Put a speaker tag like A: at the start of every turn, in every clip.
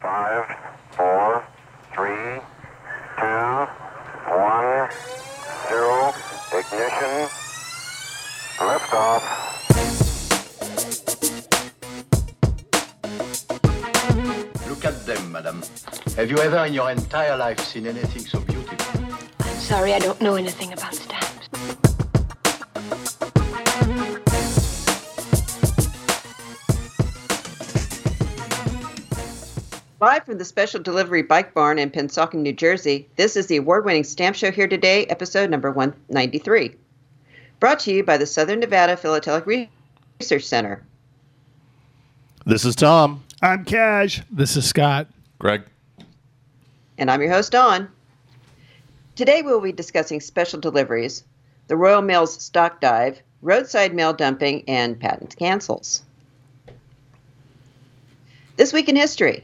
A: Five, four, three, two, one, zero. Ignition. Liftoff.
B: Look at them, madam. Have you ever in your entire life seen anything so beautiful?
C: I'm sorry, I don't know anything about stamps.
D: Live from the Special Delivery Bike Barn in Pensauken, New Jersey, this is the award winning Stamp Show Here Today, episode number 193. Brought to you by the Southern Nevada Philatelic Research Center.
E: This is Tom.
F: I'm Cash.
G: This is Scott.
H: Greg.
D: and I'm your host, Dawn. Today we'll be discussing special deliveries, the Royal Mail's stock dive, roadside mail dumping, and patent cancels. This Week in History.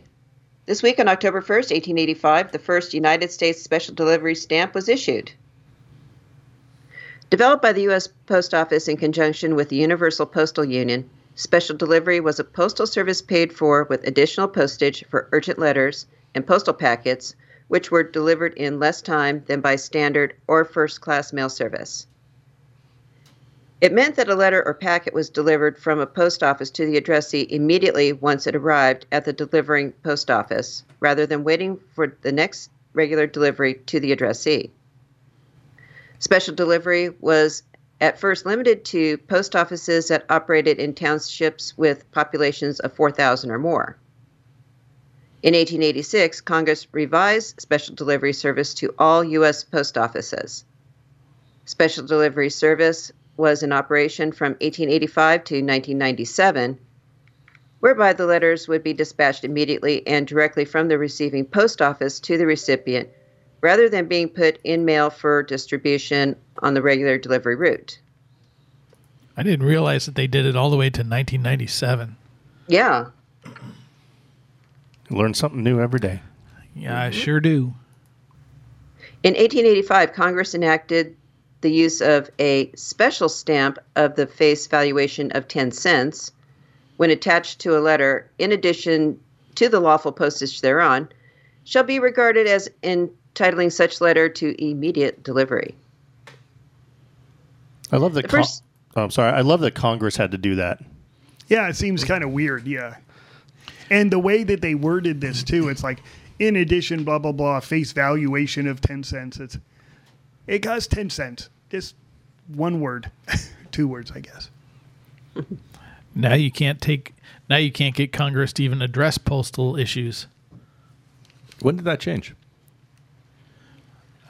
D: This week on October 1st, 1885, the first United States special delivery stamp was issued. Developed by the U.S. Post Office in conjunction with the Universal Postal Union, special delivery was a postal service paid for with additional postage for urgent letters and postal packets, which were delivered in less time than by standard or first class mail service. It meant that a letter or packet was delivered from a post office to the addressee immediately once it arrived at the delivering post office, rather than waiting for the next regular delivery to the addressee. Special delivery was at first limited to post offices that operated in townships with populations of 4,000 or more. In 1886, Congress revised special delivery service to all U.S. post offices. Special delivery service was in operation from 1885 to 1997, whereby the letters would be dispatched immediately and directly from the receiving post office to the recipient rather than being put in mail for distribution on the regular delivery route.
G: I didn't realize that they did it all the way to 1997.
D: Yeah,
E: Learn something new every day.
G: Yeah, I sure do.
D: In 1885, Congress enacted the use of a special stamp of the face valuation of 10 cents when attached to a letter, in addition to the lawful postage thereon, shall be regarded as entitling such letter to immediate delivery.
E: I love that.
D: The
E: Con-
D: first-
E: oh, I'm sorry. I love that Congress had to do that.
F: Yeah, it seems kind of weird. Yeah. And the way that they worded this, too, it's like, in addition, blah, blah, blah, face valuation of 10 cents. It's, it costs 10 cents. Just one word, two words, I guess.
G: Now you can't take. Now you can't get Congress to even address postal issues.
H: When did that change?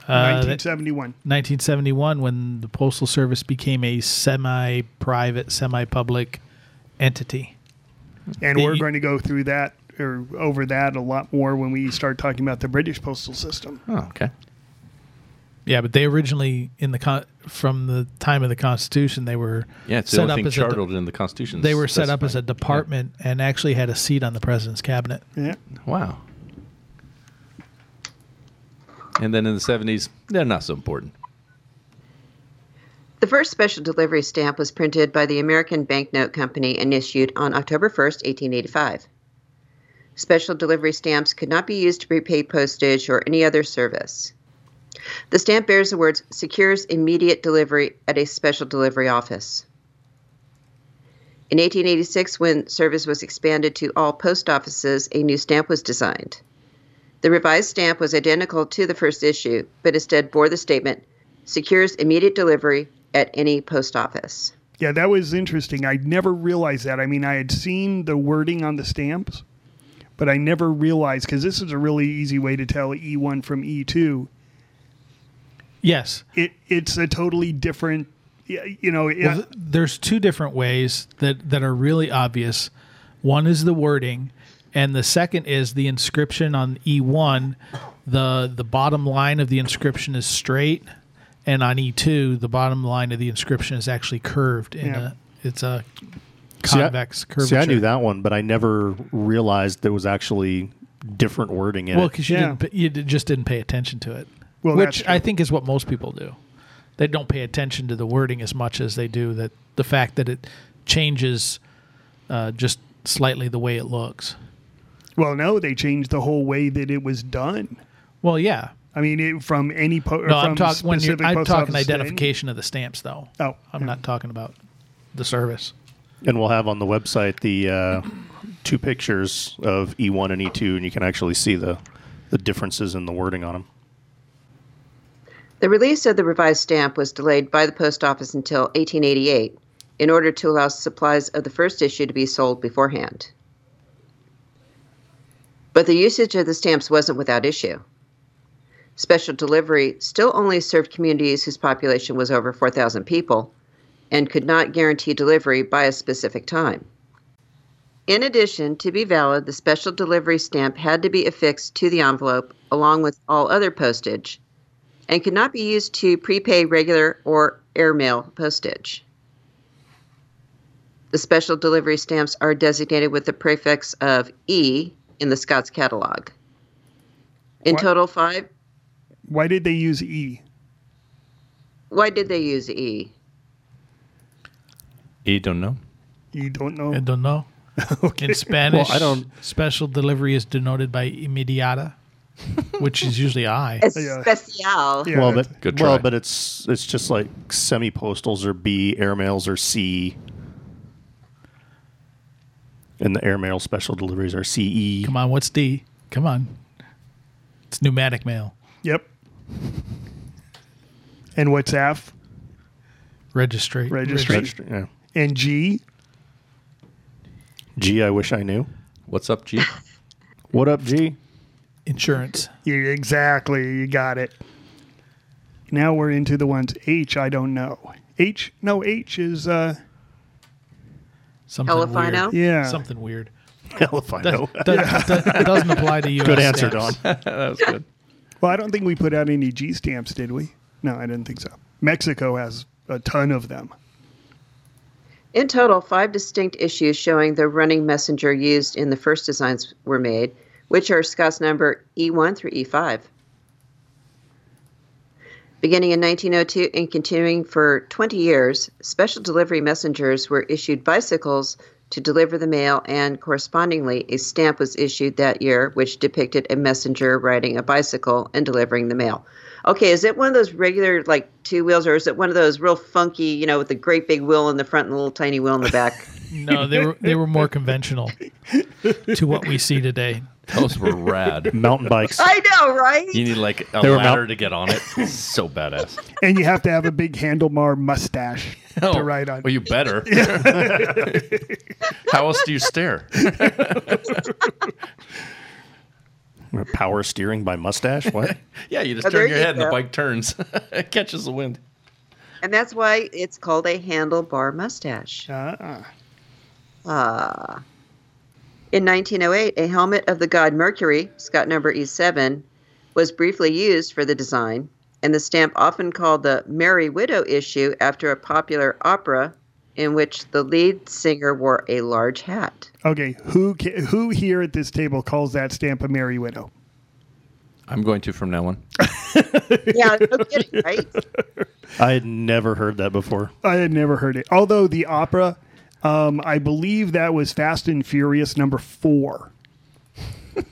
G: Uh, that-
F: 1971.
G: 1971, when the postal service became a semi-private, semi-public entity.
F: And
G: the-
F: we're going to go through that or over that a lot more when we start talking about the British postal system.
H: Oh, okay.
G: Yeah, but they originally in the con- from the time of the Constitution they were
H: Yeah, it's
G: set
H: the
G: up
H: only thing
G: as a de-
H: chartered in the Constitution.
G: they were set up as a
H: specified.
G: department and actually had a seat on the president's cabinet.
F: Yeah.
H: Wow. And then in the 70s, they're not so important.
D: The first special delivery stamp was printed by the American Banknote Company and issued on October 1, 1885. Special delivery stamps could not be used to prepay postage or any other service. The stamp bears the words secures immediate delivery at a special delivery office. In 1886, when service was expanded to all post offices, a new stamp was designed. The revised stamp was identical to the first issue, but instead bore the statement secures immediate delivery at any post office.
F: Yeah, that was interesting. I never realized that. I mean, I had seen the wording on the stamps, but I never realized because this is a really easy way to tell E1 from E2.
G: Yes,
F: It it's a totally different, y- you know.
G: Well,
F: yeah,
G: th- there's two different ways that that are really obvious. One is the wording, and the second is the inscription on E1. the The bottom line of the inscription is straight, and on E2, the bottom line of the inscription is actually curved. In
F: Yeah.
G: a, it's a
E: See, I-
G: convex curvature.
E: See, I knew that one, but I never realized there was actually different wording in
G: Well,
E: it.
G: because you
F: Yeah.
G: didn't, pa- you d- just didn't pay attention to it,
F: Well,
G: which
F: that's
G: I
F: true.
G: think is what most people do. They don't pay attention to the wording as much as they do that the fact that it changes uh, just slightly the way it looks.
F: Well, no, they changed the whole way that it was done.
G: Well, yeah.
F: I mean, it, from any po-
G: No,
F: from
G: I'm talking when you're.
F: specific
G: I'm
F: post
G: talking
F: office to any-
G: identification of the stamps, though.
F: Oh,
G: I'm
F: yeah.
G: not talking about the service.
E: And we'll have on the website the uh, two pictures of E1 and E2, and you can actually see the, the differences in the wording on them.
D: The release of the revised stamp was delayed by the post office until 1888 in order to allow supplies of the first issue to be sold beforehand. But the usage of the stamps wasn't without issue. Special delivery still only served communities whose population was over 4,000 people and could not guarantee delivery by a specific time. In addition, to be valid, the special delivery stamp had to be affixed to the envelope along with all other postage and could not be used to prepay regular or airmail postage. The special delivery stamps are designated with the prefix of E in the Scott's catalog. In
F: What?
D: total, five.
F: Why did they use E?
D: Why did they use E?
H: You don't know.
F: You don't know.
G: I don't know. In Spanish,
E: Well, I don't-
G: Special delivery is denoted by immediata, which is usually I.
D: Especial.
F: Yeah,
E: well,
F: that's-
E: but,
H: Good
E: well,
H: try.
E: but it's it's just like semi postals or B, airmails or C. And the airmail special deliveries are E. CE.
G: Come on, what's D? Come on. It's pneumatic mail,
F: Yep. And what's F?
G: registry.
F: Registry.
E: Registry, yeah.
F: And G?
E: G, I wish I knew.
H: What's up, G?
E: What up, G?
G: Insurance.
F: Yeah, exactly. You got it. Now we're into the ones H. I don't know. H? No, H is uh
G: Something
D: Elefino?
G: weird.
F: yeah.
G: Something weird.
E: Hell if I know.
G: Does, does, doesn't apply to you.
E: Good answer, Don.
H: that was good.
F: Well, I don't think we put out any G stamps, did we? No, I didn't think so. Mexico has a ton of them.
D: In total, five distinct issues showing the running messenger used in the first designs were made, which are Scott's number E1 through E E5. Beginning in 1902 and continuing for 20 years, special delivery messengers were issued bicycles to deliver the mail, and correspondingly, a stamp was issued that year which depicted a messenger riding a bicycle and delivering the mail. Okay, is it one of those regular, like two wheels, or is it one of those real funky, you know, with the great big wheel in the front and a little tiny wheel in the back?
G: No, they were they were more conventional to what we see today.
H: Those were rad.
E: Mountain bikes.
D: I know, right?
H: You need like a
E: They were
H: ladder
E: mount-
H: to get on it. so badass.
F: And you have to have a big handlebar mustache
H: Oh,
F: to ride on.
H: Well, you better. How else do you stare?
E: Power steering by mustache. What?
H: Yeah, you just
D: Oh,
H: turn
D: there
H: your
D: you
H: head and the
D: go.
H: bike turns. it catches the wind.
D: And that's why it's called a handlebar mustache. Uh,
F: Uh-uh.
D: In 1908, a helmet of the god Mercury, Scott number E7, was briefly used for the design, and the stamp often called the Merry Widow issue after a popular opera in which the lead singer wore a large hat.
F: Okay, who ca- who here at this table calls that stamp a merry widow?
H: I'm going to from now on.
D: Yeah, no kidding, right?
E: I had never heard that before.
F: I had never heard it. Although the opera, um, I believe that was Fast and Furious number four.
G: See,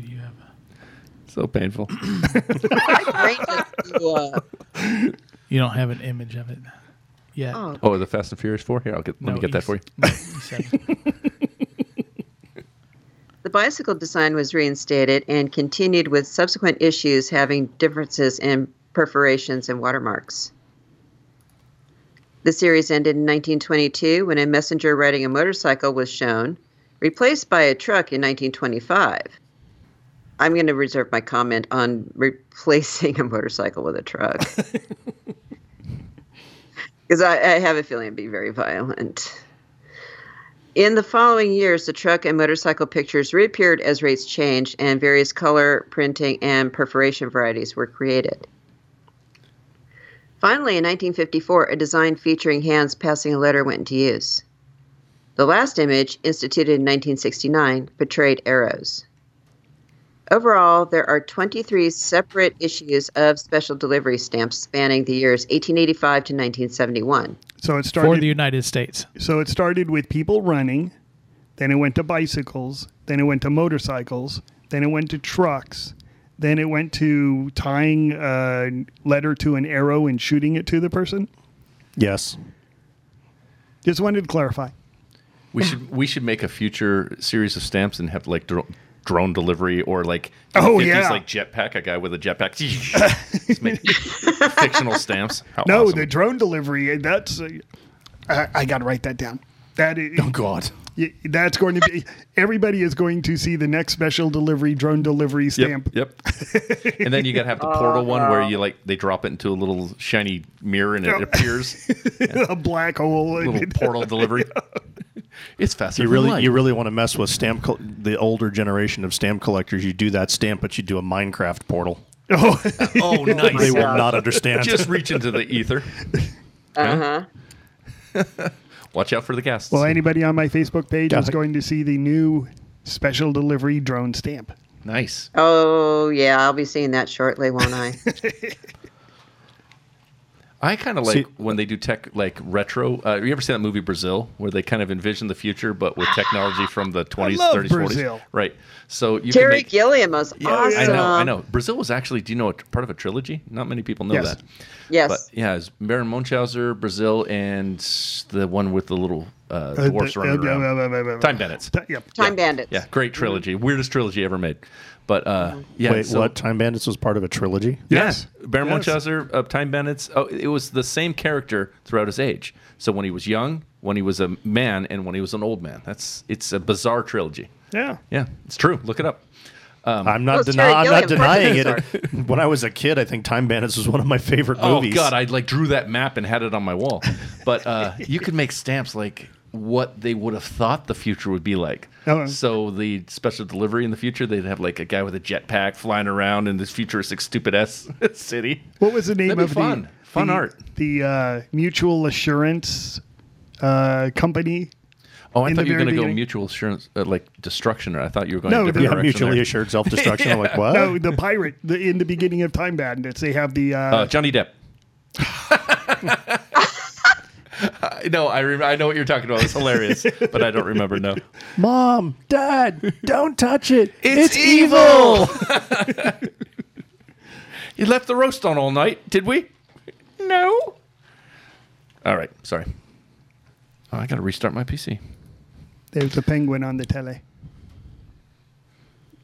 G: do you have a-
H: So painful.
D: Great to, uh,
G: You don't have an image of it yet.
D: Oh,
H: Oh, the Fast and Furious Four. Here, I'll get. Let me
G: No,
H: get that for you.
G: no, E7.
D: The bicycle design was reinstated and continued with subsequent issues having differences in perforations and watermarks. The series ended in 1922 when a messenger riding a motorcycle was shown, replaced by a truck in 1925. I'm going to reserve my comment on replacing a motorcycle with a truck. Because I, I have a feeling it'd be very violent. In the following years, the truck and motorcycle pictures reappeared as rates changed and various color, printing, and perforation varieties were created. Finally, in 1954, a design featuring hands passing a letter went into use. The last image, instituted in 1969, portrayed arrows. Overall, there are 23 separate issues of special delivery stamps spanning the years 1885 to 1971.
F: So it started.
G: for the United States.
F: so it started with people running, then it went to bicycles, Then it went to motorcycles. Then it went to trucks. Then it went to tying a letter to an arrow and shooting it to the person.
E: Yes.
F: Just wanted to clarify.
H: We should we should make a future series of stamps and have like dro- drone delivery or like in
F: Oh,
H: the 50s,
F: yeah.
H: like jetpack a guy with a jetpack. Just make fictional stamps. How
F: No,
H: awesome.
F: the drone delivery. That's. Uh, I, I got to write that down. That is,
H: oh god.
F: y- that's going to be. Everybody is going to see the next special delivery drone delivery stamp.
H: Yep. yep. and then you gotta have the portal one where you like they drop it into a little shiny mirror and it appears.
F: a black hole.
H: little portal delivery. it's faster.
E: You
H: than
E: really,
H: light.
E: you really want to mess with stamp col- the older generation of stamp collectors. You do that stamp, but you do a Minecraft portal.
F: Oh,
H: oh nice.
E: They will not understand.
H: Just reach into the ether. Uh huh. Watch out for the gas.
F: well, anybody on my Facebook page
E: Yeah,
F: is
E: I-
F: going to see the new special delivery drone stamp.
H: nice.
D: Oh yeah, I'll be seeing that shortly, won't I?
H: I kind of like
E: See-
H: when they do tech like retro. Uh, you ever seen that movie Brazil, where they kind of envision the future, but with technology from the twenties,
F: love
H: thirties,
F: Brazil.
H: forties? Right. So you
D: Terry
H: can make,
D: Gilliam was awesome.
H: I know, I know. Brazil was actually, do you know, a, part of a trilogy? Not many people know
F: Yes.
H: that.
D: Yes.
H: But yeah, it's Baron Munchausen, Brazil, and the one with the little uh,
F: Uh,
H: dwarfs
F: the-
H: running
F: uh,
H: around.
F: uh, uh, uh, uh,
H: Time Bennett's.
F: Ti- Yep.
D: Time Bandits.
H: Yeah, great trilogy. Weirdest trilogy ever made. But
D: Mm-hmm.
H: uh, yeah,
E: Wait,
H: so-
E: what? Time Bandits was part of a trilogy.
H: Yes.
F: Yes.
H: Baron
F: Yes.
H: Munchausen, uh, Time Bennett's. Oh, it was the same character throughout his age. So when he was young, when he was a man, and when he was an old man. That's it's a bizarre trilogy.
F: Yeah.
H: Yeah, it's true. Look it up. Um,
E: I'm not,
D: Well,
E: deny-
D: Terry
E: I'm not
D: Gilliam, part of
E: denying
D: the
E: it. when I was a kid, I think Time Bandits was one of my favorite movies.
H: Oh God, I like drew that map and had it on my wall. But uh, you could make stamps like what they would have thought the future would be like.
F: Oh.
H: So the special delivery in the future, they'd have like a guy with a jetpack flying around in this futuristic stupid ass city.
F: What was the name
H: That'd be
F: of
H: fun.
F: the
H: Fun
F: the-
H: art.
F: The uh, mutual assurance uh, company.
H: Oh, I
F: in
H: thought
F: the
H: you were
F: very
H: going to go
F: beginning.
H: mutual assurance, uh, like destruction. Or I thought you were going
F: No,
H: a
F: the-
H: different
E: yeah,
H: direction
E: mutually
H: there.
E: assured self destruction. I'm like, what?
F: No, Oh, the pirate the, in the beginning of Time Bandits. They have the. Uh,
H: Uh, Johnny Depp. no, I rem- I know what you're talking about. It's hilarious, but I don't remember. No,
E: Mom, Dad, don't touch it.
H: It's evil! you left the roast on all night, did we? No. All right, sorry. Oh, I got to restart my PC.
F: there's a penguin on the tele.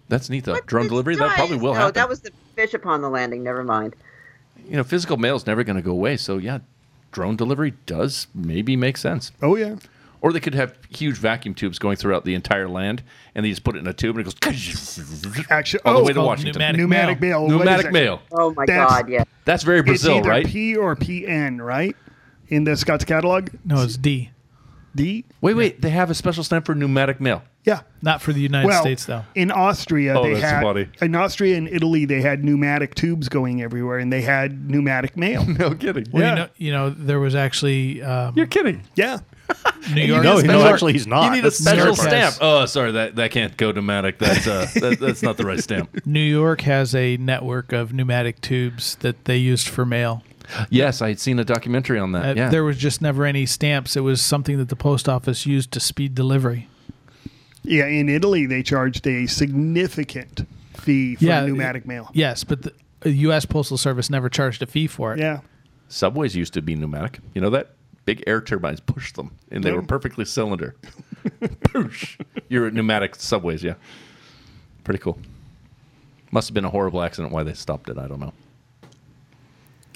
H: That's neat though.
D: What
H: Drone
D: is
H: delivery that
D: nice?
H: probably will
D: no,
H: happen.
D: that was the fish upon the landing. Never mind.
H: you know, physical mail is never going to go away. So yeah, drone delivery does maybe make sense.
F: Oh yeah.
H: Or they could have huge vacuum tubes going throughout the entire land, and they just put it in a tube and it goes
F: Actually,
H: all
F: oh,
H: the way
F: it's
H: to
G: called
H: Washington.
G: pneumatic-
F: Pneumatic
G: Mail.
F: mail. What is
H: Pneumatic
F: that?
H: mail.
D: Oh my
F: That's-
D: God! Yeah.
H: That's very Brazil,
F: it's either
H: right?
F: P or PN, right? In the Scott's catalog,
G: No, it's D.
F: D.
H: wait, wait. They have a special stamp for pneumatic mail.
F: Yeah.
G: Not for the United
F: Well,
G: States though.
F: in Austria,
H: Oh,
F: they
H: that's
F: had
H: funny.
F: in Austria and Italy they had pneumatic tubes going everywhere, and they had pneumatic mail.
H: No kidding.
G: Well,
F: yeah.
G: you know, you know, there was actually um,
H: You're kidding.
F: yeah,
G: New York.
E: No, he-
G: New
E: no,
G: York-
E: actually, he's not.
H: You need a
E: That's
H: special
G: Nerd Press.
H: stamp. Oh, sorry, that, that can't go pneumatic. That's uh, that, that's not the right stamp.
G: New York has a network of pneumatic tubes that they used for mail.
H: Yes, I had seen a documentary on that.
G: Uh,
H: yeah,
G: There was just never any stamps. It was something that the post office used to speed delivery.
F: yeah. In Italy, they charged a significant fee for
G: Yeah,
F: pneumatic mail.
G: Yes, but the uh, U.S. Postal Service never charged a fee for it.
F: Yeah,
H: subways used to be pneumatic. You know that big air turbines pushed them, and they were perfectly cylinder. Poosh! You're at pneumatic subways. Yeah, pretty cool. Must have been a horrible accident. Why they stopped it, I don't know.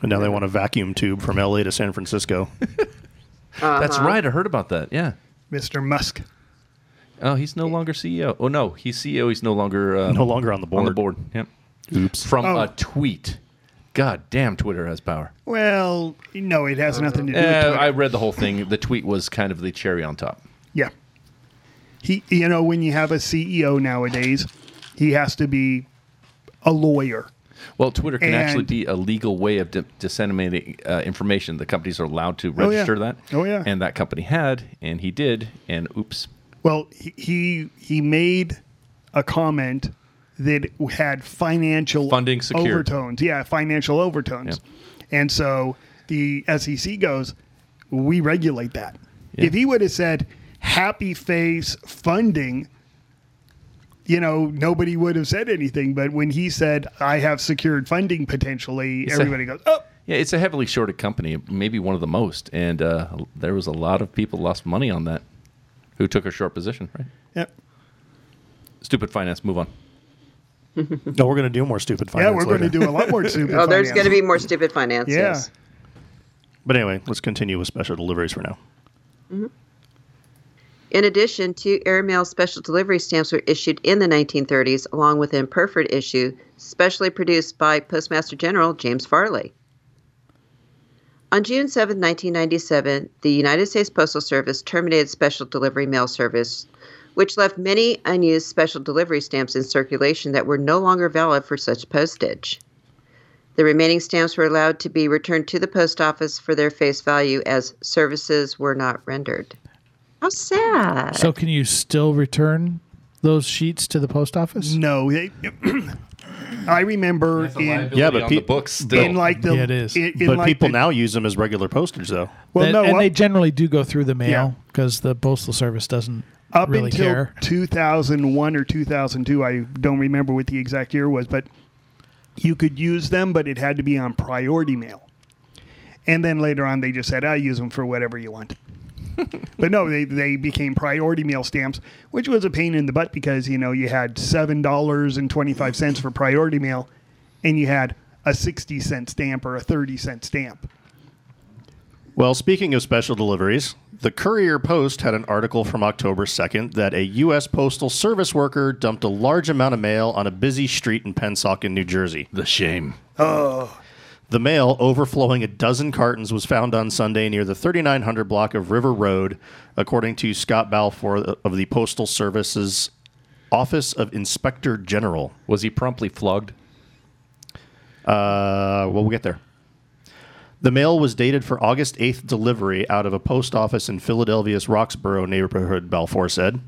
E: And now they want a vacuum tube from LA to San Francisco.
H: That's right. I heard about that. Yeah.
F: Mr. Musk.
H: Oh, he's no longer CEO. Oh no, he's CEO. He's no longer uh,
E: No longer on the board.
H: on the board. Yep.
E: Oops.
H: From
F: Oh.
H: a tweet. God damn, Twitter has power.
F: Well, no, it has nothing to do. with
H: Uh,
F: Twitter.
H: I read the whole thing. The tweet was kind of the cherry on top.
F: Yeah. He, you know, when you have a CEO nowadays, he has to be a lawyer.
H: Well, Twitter can actually
F: And-
H: be a legal way of di- disseminating uh, information. The companies are allowed to
F: yeah.
H: register that.
F: Oh, yeah.
H: And that company had, and he did, and oops.
F: Well, he he, he made a comment that had financial
H: Funding secured.
F: overtones. Yeah, financial overtones. And so the SEC goes, we regulate that. If he would have said happy face funding, you know, nobody would have said anything. But when he said, I have secured funding potentially,
H: It's a-
F: everybody goes, oh,
H: Yeah, it's a heavily shorted company, maybe one of the most, and uh, there was a lot of people lost money on that, who took a short position. Right?
F: yep.
H: Stupid finance. Move on.
E: No, we're going to do more stupid
F: Yeah,
E: finance.
F: we're going to
E: later.
F: do a lot more stupid.
D: Oh, there's going to
F: finance.
D: be more stupid finances.
F: Yeah.
E: But anyway, let's continue with special deliveries for now.
D: In addition, two airmail special delivery stamps were issued in the 1930s, along with an imperforate issue, specially produced by Postmaster General James Farley. On June 7, 1997, the United States Postal Service terminated special delivery mail service, which left many unused special delivery stamps in circulation that were no longer valid for such postage. The remaining stamps were allowed to be returned to the post office for their face value as services were not rendered. How sad.
G: So can you still return those sheets to the post office?
F: No. they- I remember in,
E: Yeah, but on the pe-
H: books
F: in like the.
G: Yeah, it is.
F: in- in
E: but
F: like
E: people
F: the-
E: now use them as regular postage, though.
F: Well,
G: That-
F: no,
G: and
F: up-
G: they generally do go through the
F: Yeah.
G: mail because the postal service doesn't
F: up
G: really
F: until
G: care.
F: 2001 or 2002 i don't remember what the exact year was but you could use them but it had to be on priority mail and then later on they just said i use them for whatever you want but no they, they became priority mail stamps which was a pain in the butt because you know you had $7.25 for priority mail and you had a 60 cent stamp or a 30 cent stamp
E: Well, speaking of special deliveries, the Courier Post had an article from October 2nd that a U.S. Postal Service worker dumped a large amount of mail on a busy street in Pennsauken, New Jersey.
H: the shame.
E: The mail, overflowing a dozen cartons, was found on Sunday near the 3900 block of River Road, according to Scott Balfour of the Postal Service's Office of Inspector General.
H: Was he promptly flogged?
E: Uh, well, we'll get there. The mail was dated for August 8th delivery out of a post office in Philadelphia's Roxborough neighborhood, Balfour said.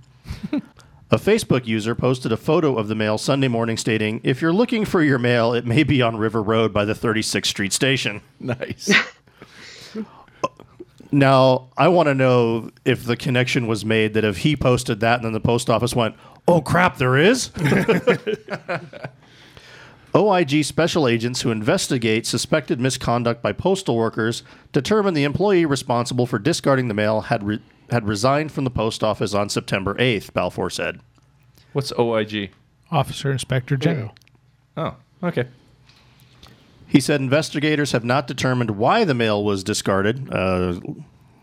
E: a Facebook user posted a photo of the mail Sunday morning stating, If you're looking for your mail, it may be on River Road by the 36th Street Station.
H: Nice.
E: Now, I want to know if the connection was made that if he posted that and then the post office went, oh crap, there is? OIG special agents who investigate suspected misconduct by postal workers determined the employee responsible for discarding the mail had, re- had resigned from the post office on September 8th, Balfour said.
H: What's OIG?
G: Officer Inspector General.
H: Oh, okay.
E: He said investigators have not determined why the mail was discarded. Uh,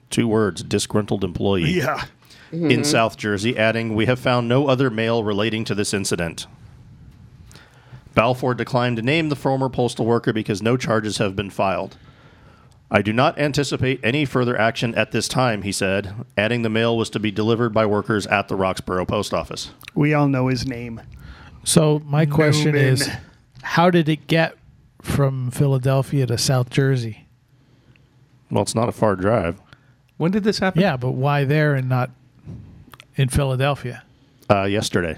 E: two words disgruntled employee.
F: yeah
E: in South Jersey, adding, We have found no other mail relating to this incident. Balfour declined to name the former postal worker because no charges have been filed. I do not anticipate any further action at this time, he said, adding the mail was to be delivered by workers at the Roxborough post office.
F: we all know his name
G: So my question
F: Newman.
G: is, how did it get from Philadelphia to South Jersey?
E: Well, it's not a far drive.
H: When did this happen?
G: Yeah, but why there and not in Philadelphia?
E: Uh, yesterday.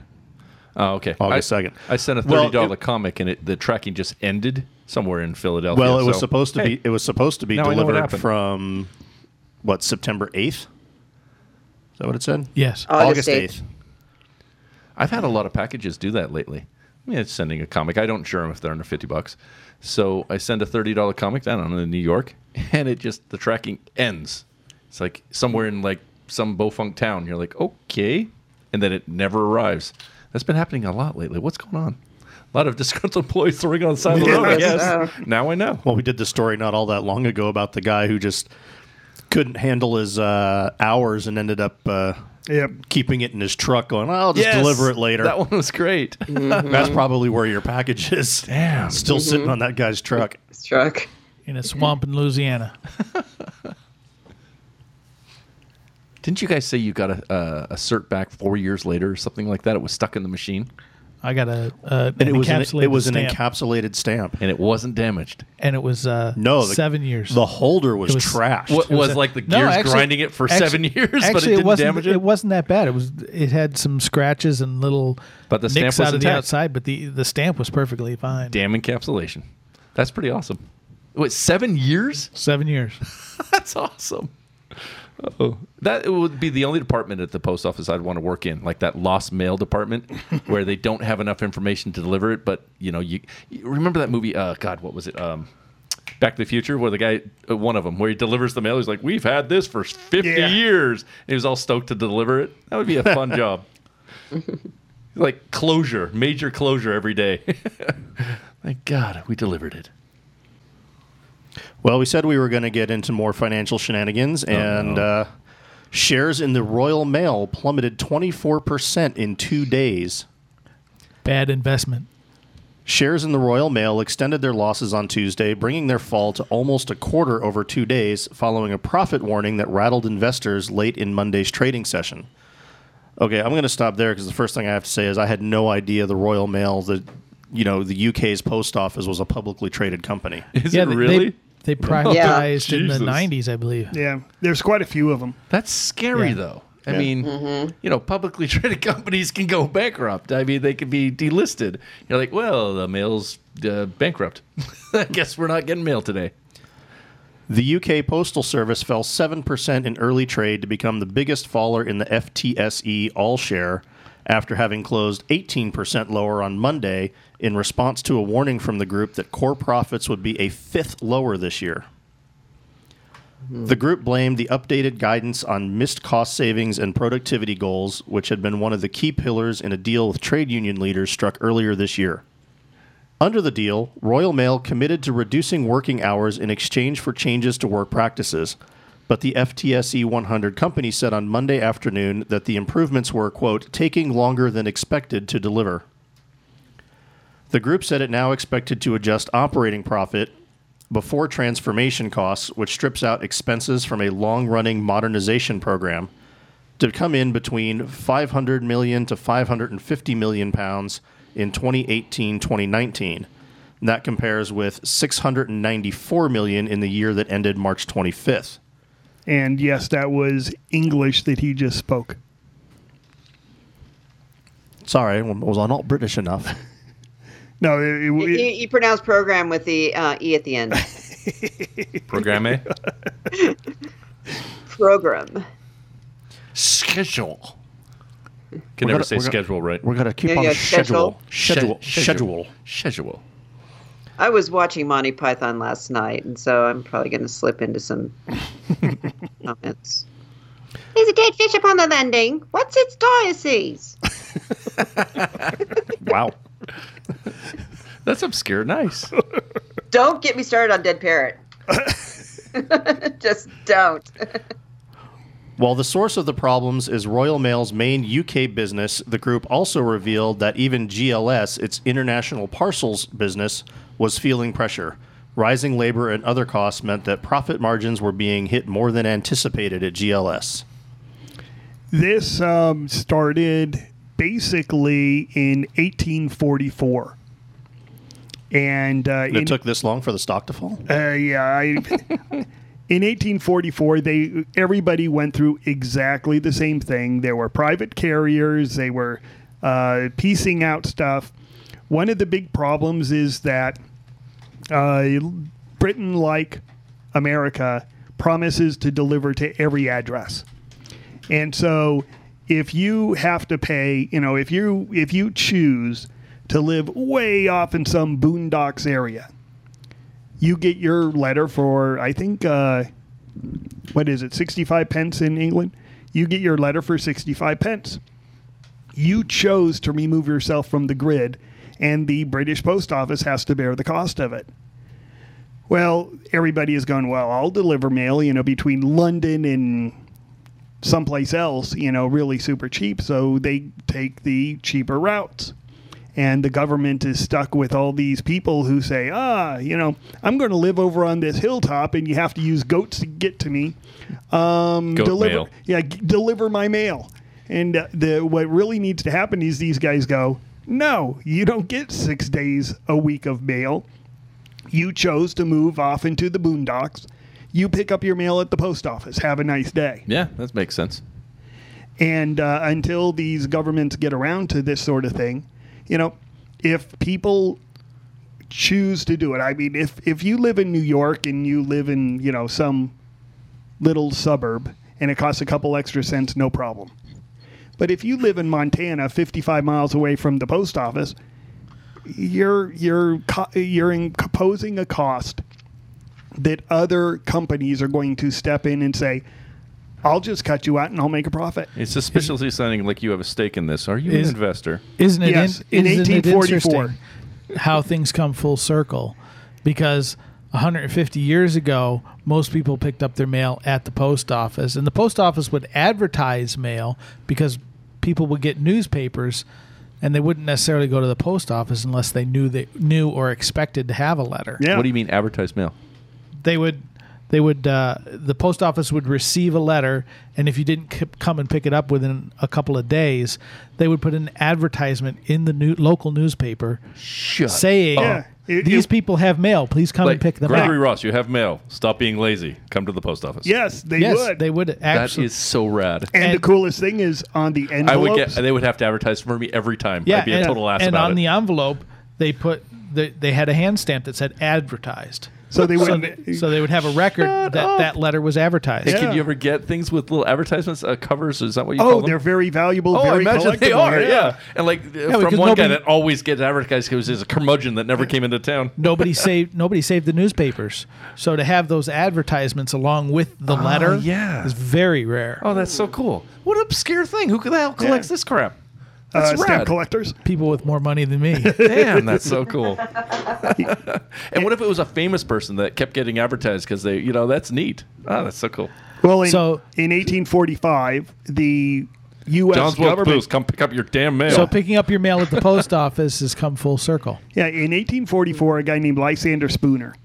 H: Oh, okay.
E: August
H: I,
E: 2nd.
H: I sent a
E: Well,
H: thirty dollar comic, and it, the tracking just ended somewhere in Philadelphia.
E: Well, it was
H: so-
E: supposed to
H: Hey,
E: be it was supposed to be
H: now I know what
E: delivered
H: happened.
E: from what, September 8th? Is that what it said?
G: Yes.
D: August 8th.
H: I've had a lot of packages do that lately. Yeah, it's sending a comic. I don't insure them if they're under fifty bucks. So I send a thirty dollar comic down. I'm in New York, and it just the tracking ends. It's like somewhere in like some bofunk town. You're like, okay, and then it never arrives. That's been happening a lot lately. What's going on? A lot of disgruntled employees throwing on the side of the road. I
D: Yes.
H: guess now I know.
E: Well, we did the story not all that long ago about the guy who just couldn't handle his uh, hours and ended up uh,
F: yep
E: keeping it in his truck, going, "I'll just
H: Yes!
E: deliver it later."
H: That one Mm-hmm. was great.
E: That's probably where your package is.
H: Damn.
E: Still
H: Mm-hmm.
E: sitting on that guy's truck.
D: Struck.
G: In a swamp in Louisiana.
H: Didn't you guys say you got a, uh, a cert back four years later or something like that? It was stuck in the machine
G: I got a uh,
E: And it was an,
G: encapsulated
E: it was an
G: stamp,
E: encapsulated stamp.
H: and it wasn't damaged.
G: and it was uh,
E: No, the,
G: seven years.
E: The holder was,
G: It was-
E: trashed.
H: What
G: It
H: was,
G: a-
H: like the gears
G: No, actually-
H: grinding it for
G: actu-
H: seven years, but it
G: actually,
H: didn't
G: wasn't,
H: damage it?
G: wasn't that bad. It was it had some scratches and little
H: But the stamp
G: nicks
H: was
G: out of the
H: intact.
G: outside, but the the stamp was perfectly fine.
H: Damn encapsulation. That's pretty awesome. Wait, seven years?
G: Seven years.
H: That's awesome. Oh, that would be the only department at the post office I'd want to work in, like that lost mail department, where they don't have enough information to deliver it. But you know, you, you remember that movie? Uh, God, what was it? Um, Back to the Future, where the guy, uh, one of them, where he delivers the mail, he's like, "We've had this for fifty
F: Yeah.
H: years," and he was all stoked to deliver it. That would be a fun job. Like closure, major closure every day. Thank God we delivered it.
E: Well, we said we were going to get into more financial shenanigans,
G: Oh,
E: and uh, shares in the Royal Mail plummeted 24% in two days.
G: Bad investment.
E: Shares in the Royal Mail extended their losses on Tuesday, bringing their fall to almost a quarter over two days, following a profit warning that rattled investors late in Monday's trading session. Okay, I'm going to stop there because the first thing I have to say is I had no idea the Royal Mail, the you know the UK's post office, was a publicly traded company.
H: Is it
G: they-
H: really?
G: They, they privatized in the
H: Jesus.
G: '90s, I believe.
F: Yeah, there's quite a few of them.
H: That's scary,
G: Yeah.
H: though. I
E: Yeah.
H: mean, you know, publicly traded companies can go bankrupt. I mean, they can be delisted. You're like, well, the mail's uh, bankrupt. I guess we're not getting mail today.
E: The UK Postal Service fell 7% in early trade to become the biggest faller in the FTSE E all share after having closed 18% lower on Monday in response to a warning from the group that core profits would be a fifth lower this year. The group blamed the updated guidance on missed cost savings and productivity goals, which had been one of the key pillars in a deal with trade union leaders struck earlier this year. Under the deal, Royal Mail committed to reducing working hours in exchange for changes to work practices. But the FTSE 100 E company said on Monday afternoon that the improvements were, quote, taking longer than expected to deliver. The group said it now expected to adjust operating profit before transformation costs, which strips out expenses from a long running modernization program, to come in between 500 million to 550 million pounds in 2018 2019. And that compares with 694 million in the year that ended March 25th.
F: And yes, that was English that he just spoke.
E: Sorry, was I not British enough?
F: No, it, it-
D: You,
F: it-
D: you pronounce program with the uh, E at the end.
H: Programme.
D: program.
H: schedule. Can
E: We're
H: never
E: gonna-
H: say
E: we're gonna-
H: schedule right.
E: We're going to keep
D: Yeah,
E: on
D: yeah,
E: schedule. Schedule.
H: Sched-
E: Schedule.
H: Schedule.
D: I was watching Monty Python last night, and so I'm probably going to slip into some comments. There's a dead fish upon the landing. What's its diocese?
E: Wow.
H: That's obscure. Nice.
D: Don't get me started on Dead Parrot. Just don't.
E: While the source of the problems is Royal Mail's main UK business, the group also revealed that even GLS, its international parcels business, was feeling pressure. Rising labor and other costs meant that profit margins were being hit more than anticipated at GLS.
F: this um, started basically in 1844, and uh,
E: And it
F: in-
E: took this long for the stock to fall?
F: Uh, yeah, I, in 1844, they everybody went through exactly the same thing. There were private carriers. They were uh, piecing out stuff. One of the big problems is that uh, Britain, like America, promises to deliver to every address. And so if you have to pay, you know, if you if you choose to live way off in some boondocks area, you get your letter for I think uh, what is it, sixty five pence in England? You get your letter for sixty five pence. You chose to remove yourself from the grid, and the British Post Office has to bear the cost of it. Well, everybody is going, well, I'll deliver mail, you know, between London and someplace else, you know, really super cheap. So they take the cheaper routes. And the government is stuck with all these people who say, ah, you know, I'm going to live over on this hilltop and you have to use goats to get to me. Um,
H: Goat
F: deliver,
H: mail.
F: Yeah, g- deliver my mail. And uh, the what really needs to happen is these guys go, no, you don't get six days a week of mail you chose to move off into the boondocks. You pick up your mail at the post office. Have a nice day.
H: Yeah, that makes sense.
F: And uh, until these governments get around to this sort of thing, you know, if people choose to do it, I mean, if if you live in New York and you live in you know some little suburb and it costs a couple extra cents, no problem. But if you live in Montana, 55 miles away from the post office, you're you're co- you're imposing a cost that other companies are going to step in and say, "I'll just cut you out and I'll make a profit."
H: It's a specialty signing like you have a stake in this. Are you
G: Is-
H: an investor?
G: Isn't it?
F: Yes,
G: in,
F: in
G: isn't it
F: 1844.
G: interesting how things come full circle? Because 150 years ago, most people picked up their mail at the post office, and the post office would advertise mail because people would get newspapers, and they wouldn't necessarily go to the post office unless they knew they knew or expected to have a letter.
F: Yeah.
H: What do you mean advertised mail?
G: They would. They would. Uh, the post office would receive a letter, and if you didn't c- come and pick it up within a couple of days, they would put an advertisement in the new local newspaper
H: Shut
G: saying
F: Yeah. It-
G: these
F: it-
G: people have mail. Please come
H: Like
G: and pick them
H: Gregory
G: up.
H: Ross, you have mail. Stop being lazy. Come to the post office.
F: Yes, they
G: yes,
F: would.
G: they would
H: that is
G: actually.
H: so rad.
F: and, the
G: and-
F: coolest thing is on the envelopes.
H: I would get. They would have to advertise for me every time.
G: yeah,
H: I'd be
G: and,
H: a total ass
G: and
H: about
G: on the
H: it.
G: envelope they put they, they had a hand stamp that said advertised.
F: so they
G: So,
F: would.
G: th- so they would have a record that that letter was advertised.
H: Hey,
F: Yeah.
H: Can you ever get things with little advertisements, uh, covers? Is that what you call
F: oh,
H: them?
F: they're very valuable.
H: Oh, I
F: very
H: imagine they
F: collectible.
H: are, yeah. And like uh, from
G: because
H: one guy
G: nobody-
H: that always gets advertised because he's a curmudgeon that never came into town.
G: Nobody saved nobody saved the newspapers. So to have those advertisements along with the letter
H: Ah, yeah.
G: is very rare.
H: Oh, that's so cool. What obscure thing? Who the hell collects
F: Yeah.
H: this crap?
F: Uh,
H: That's
F: stamp
H: rad.
F: collectors.
G: People with more money than me.
H: Damn, that's so cool. and what if it was a famous person that kept getting advertised because they, you know, that's neat. Oh, that's so cool.
F: Well, in,
G: So-
F: in 1845, the U.S.
H: John's Wilkes
F: government.
H: Booth, come pick up your damn mail.
G: so picking up your mail at the post office has come full circle.
F: Yeah, in 1844, a guy named Lysander Spooner,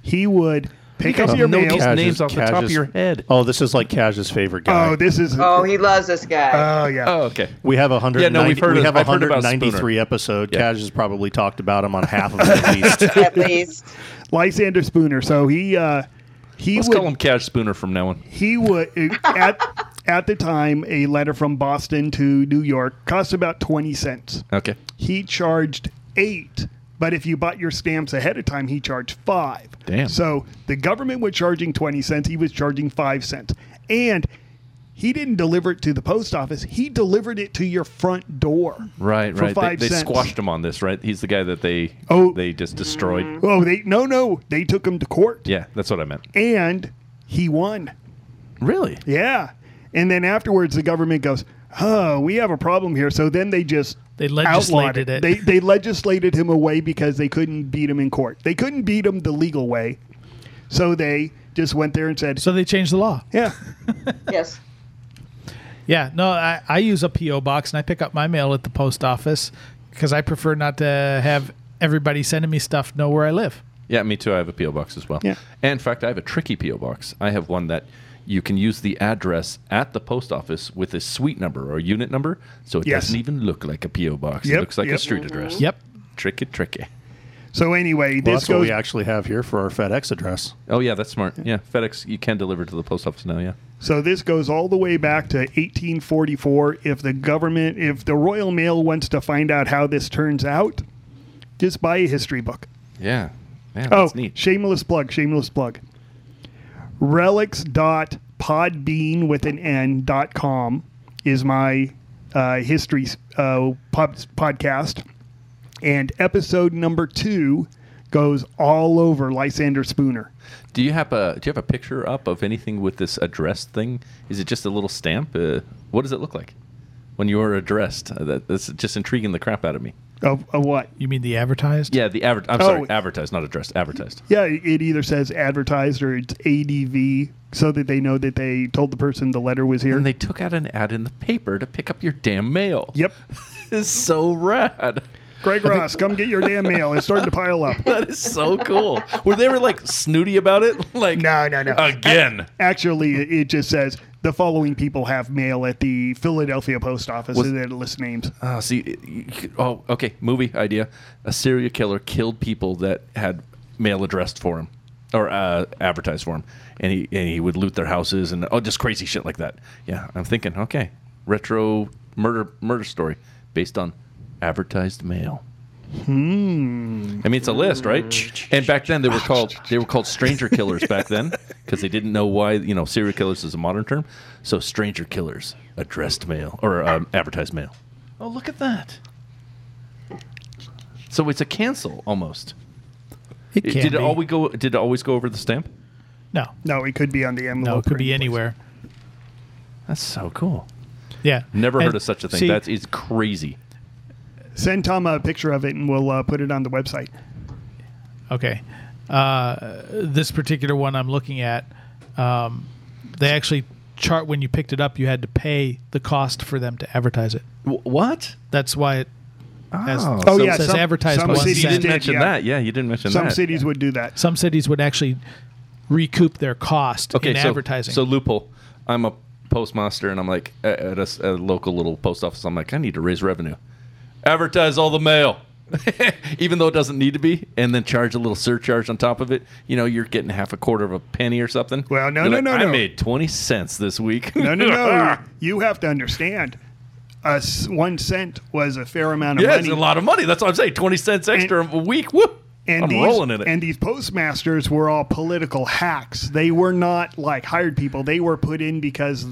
F: he would pick up
H: guys
F: your
H: know
F: mail.
H: these- names off the top of your head.
E: Oh, this is like Cash's favorite guy.
F: Oh, this is.
D: Oh, he loves this guy.
F: Oh, yeah.
H: oh, okay.
E: we have a hundred.
H: Yeah, no, we've heard
E: we
H: of-
E: have
H: I've heard about
E: 193
H: Spooner.
E: episode.
H: Yeah.
E: Cash has probably talked about him on half of it at least.
D: At least
F: Lysander Spooner. So he uh, he
H: Let's
F: would
H: call him Cash Spooner from now on.
F: he would at at the time a letter from Boston to New York cost about twenty cents.
H: Okay.
F: He charged eight, but if you bought your stamps ahead of time, he charged five.
H: Damn.
F: So the government was charging twenty cents. He was charging five cents, and he didn't deliver it to the post office. He delivered it to your front door.
H: Right,
F: For
H: right. They,
F: five
H: they
F: cents.
H: squashed him on this, right? He's the guy that they
F: Oh.
H: they just destroyed.
F: Oh, they no no. They took him to court,
H: Yeah, that's what I meant.
F: and he won.
H: Really?
F: Yeah. And then afterwards, the government goes, oh, we have a problem here. So then they just.
G: They
F: outlawed
G: legislated it.
F: They, they legislated him away because they couldn't beat him in court. They couldn't beat him the legal way. So they just went there and said,
G: So they changed the law.
F: yeah,
D: yes.
G: Yeah, no, I, I use a P.O. box and I pick up my mail at the post office because I prefer not to have everybody sending me stuff know where I live.
H: Yeah, me too. I have a PO box as well.
F: Yeah.
H: And in fact, I have a tricky PO box. I have one that you can use the address at the post office with a suite number or unit number, so it
F: Yes.
H: doesn't even look like a PO box.
F: Yep,
H: it looks like a
F: yep.
H: street address.
G: Yep.
H: Tricky, tricky.
F: So anyway,
E: Well,
F: this
E: that's what
F: goes.
E: we actually have here for our FedEx address.
H: Oh yeah, that's smart. Yeah, FedEx, you can deliver to the post office now. Yeah.
F: So this goes all the way back to 1844. If the government, if the Royal Mail wants to find out how this turns out, just buy a history book.
H: Yeah. Man,
F: Oh,
H: that's neat.
F: shameless plug, shameless plug. Relics.podbean with an N dot com is my uh, history uh, pod, podcast. And episode number two goes all over Lysander Spooner.
H: Do you have a Do you have a picture up of anything with this address thing? Is it just a little stamp? Uh, what does it look like when you are addressed? Uh, that, that's just intriguing the crap out of me.
F: Of, of what?
G: You mean the advertised?
H: Yeah, the advert. I'm
F: Oh.
H: sorry, advertised, not addressed. Advertised.
F: Yeah, it either says advertised or it's ADV so that they know that they told the person the letter was here.
H: And they took out an ad in the paper to pick up your damn mail.
F: yep.
H: It's so rad.
F: Greg Ross, come get your damn mail. It's starting to pile up.
H: That is so cool. Were they were like snooty about it? Like
F: No, no, no.
H: Again.
F: Actually, it it just says the following people have mail at the Philadelphia post office, and then it lists names.
H: Oh, see, you- you- oh, okay. Movie idea: a serial killer killed people that had mail addressed for him or uh, advertised for him, and he and he would loot their houses and oh, just crazy shit like that. Yeah, I'm thinking, okay, retro murder murder story based on advertised mail. I mean, it's a list, right? And back then they were called they were called stranger killers back then because they didn't know why you know serial killers is a modern term. So stranger killers, addressed mail or um, advertised mail. Oh, look at that! So it's a cancel almost.
G: It
H: Did
G: can
H: it
G: be.
H: always Oh, go? Did it always go over the stamp?
G: No,
F: No, it could be on the envelope.
G: no, it
F: or
G: could be
F: anyplace.
G: anywhere.
H: That's so cool.
G: Yeah,
H: Never
G: And
H: heard of such a thing.
G: see,
H: that is crazy.
F: Send Tom a picture of it, and we'll uh, put it on the website.
G: Okay. Uh, this particular one I'm looking at, um, they actually chart when you picked it up, you had to pay the cost for them to advertise it.
H: Wh- what?
G: That's why it has,
H: Oh.
F: Oh,
G: so it
F: yeah,
G: says
F: some-
G: advertise
F: some
G: one
F: cities
H: You
G: cent.
H: didn't
F: did,
H: mention
F: yeah.
H: that. Yeah, you didn't mention
F: Some
H: that.
F: cities would do that.
G: Some cities would actually recoup their cost in
H: so,
G: advertising.
H: So loophole. I'm a postmaster, and I'm like at at a, s- a local little post office. I'm like, I need to raise revenue. Advertise all the mail, even though it doesn't need to be, and then charge a little surcharge on top of it. You know, you're getting half a quarter of a penny or something.
F: Well, no,
H: You're
F: no,
H: like,
F: no,
H: I
F: no.
H: made twenty cents this week.
F: No, no, no. you have to understand. Uh, one cent was a fair amount of
H: yeah, it's
F: money.
H: a lot of money. That's what I'm saying. Twenty cents extra a week. Whoop.
F: and
H: I'm
F: these,
H: rolling in it.
F: And these postmasters were all political hacks. They were not like hired people. They were put in because,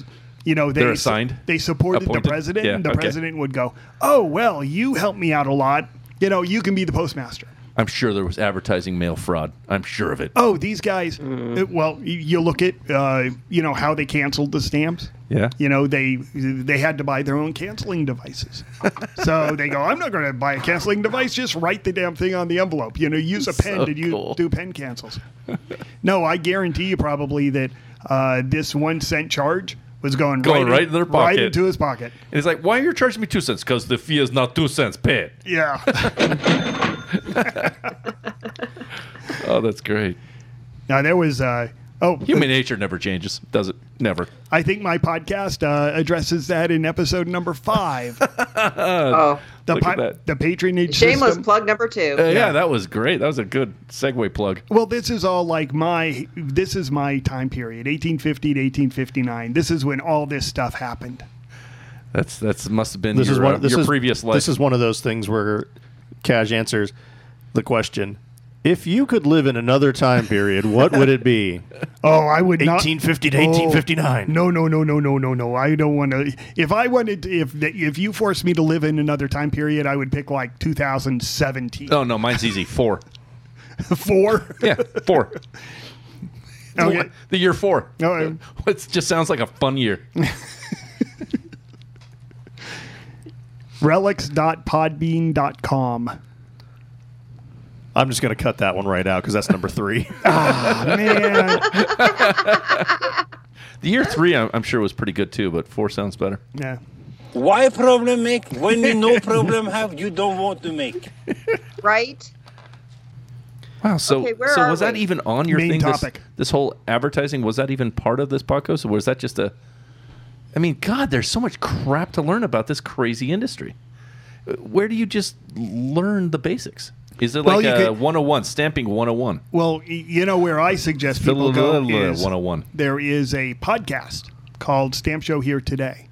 F: you know, they
H: They're assigned?
F: They supported
H: Appointed?
F: the president.
H: Yeah,
F: and the
H: okay.
F: president would go, "Oh well, you helped me out a lot. You know, you can be the postmaster."
H: I'm sure there was advertising mail fraud. I'm sure of it.
F: Oh, these guys.
H: Mm-hmm.
F: uh, well, you, you look at uh, you know how they canceled the stamps.
H: Yeah.
F: You know they they had to buy their own canceling devices. so they go, I'm not going to buy a canceling device. Just write the damn thing on the envelope. You know, use a pen
H: So
F: to
H: cool.
F: you do pen cancels. no, I guarantee you probably that uh, this one cent charge was going,
H: Going right
F: in-
H: in their
F: right
H: pocket.
F: into his pocket.
H: And he's like, why are you charging me two cents? Because the fee is not two cents paid.
F: Yeah.
H: Oh, that's great.
F: now there was. Uh, oh,
H: Human nature never changes, does it? Never.
F: I think my podcast uh, addresses that in episode number five.
D: Oh,
F: the,
H: Look at
F: pa-
H: that.
F: the patronage
D: shameless
F: system.
D: plug number two.
E: Uh,
H: Uh, yeah. that was great. That was a good segue plug.
F: well this is all like my this is my time period 1850 to 1859 this is when all this stuff happened
H: That's that's must have been
E: This
H: your,
E: is one.
H: uh,
E: This
H: your
E: is,
H: previous life.
E: This is one of those things where Cash answers the question: If you could live in another time period, what would it be?
F: oh i would not
E: 1850 to
F: Oh,
E: 1859.
F: no no no no no no no i don't want to if i wanted to, if if you forced me to live in another time period i would pick like 2017
H: oh no, mine's easy. Four.
F: four
H: Yeah, four.
F: okay
H: The year four.
F: All right.
H: It just sounds like a fun year.
F: relics.podbean.com
E: I'm just going to cut that one right out because that's number three.
F: man
H: The year three, I'm, I'm sure, was pretty good too, but four sounds better.
F: yeah
I: Why problem make when you no problem have you don't want to make?
D: Right?
H: Wow. So,
D: Okay, where
H: so
D: are
H: was that
D: we?
H: even on your
F: Main
H: thing? this-
F: topic.
H: This, whole advertising was that even part of this podcast, or was that just a? I mean, God, there's so much crap to learn about this crazy industry. Uh, Where do you just learn the basics? Is there
F: Well,
H: like
F: you
H: a
F: could-
H: 101 stamping 101?
F: well y- you know where i suggest people go is
H: 101.
F: there is a podcast called Stamp Show Here Today.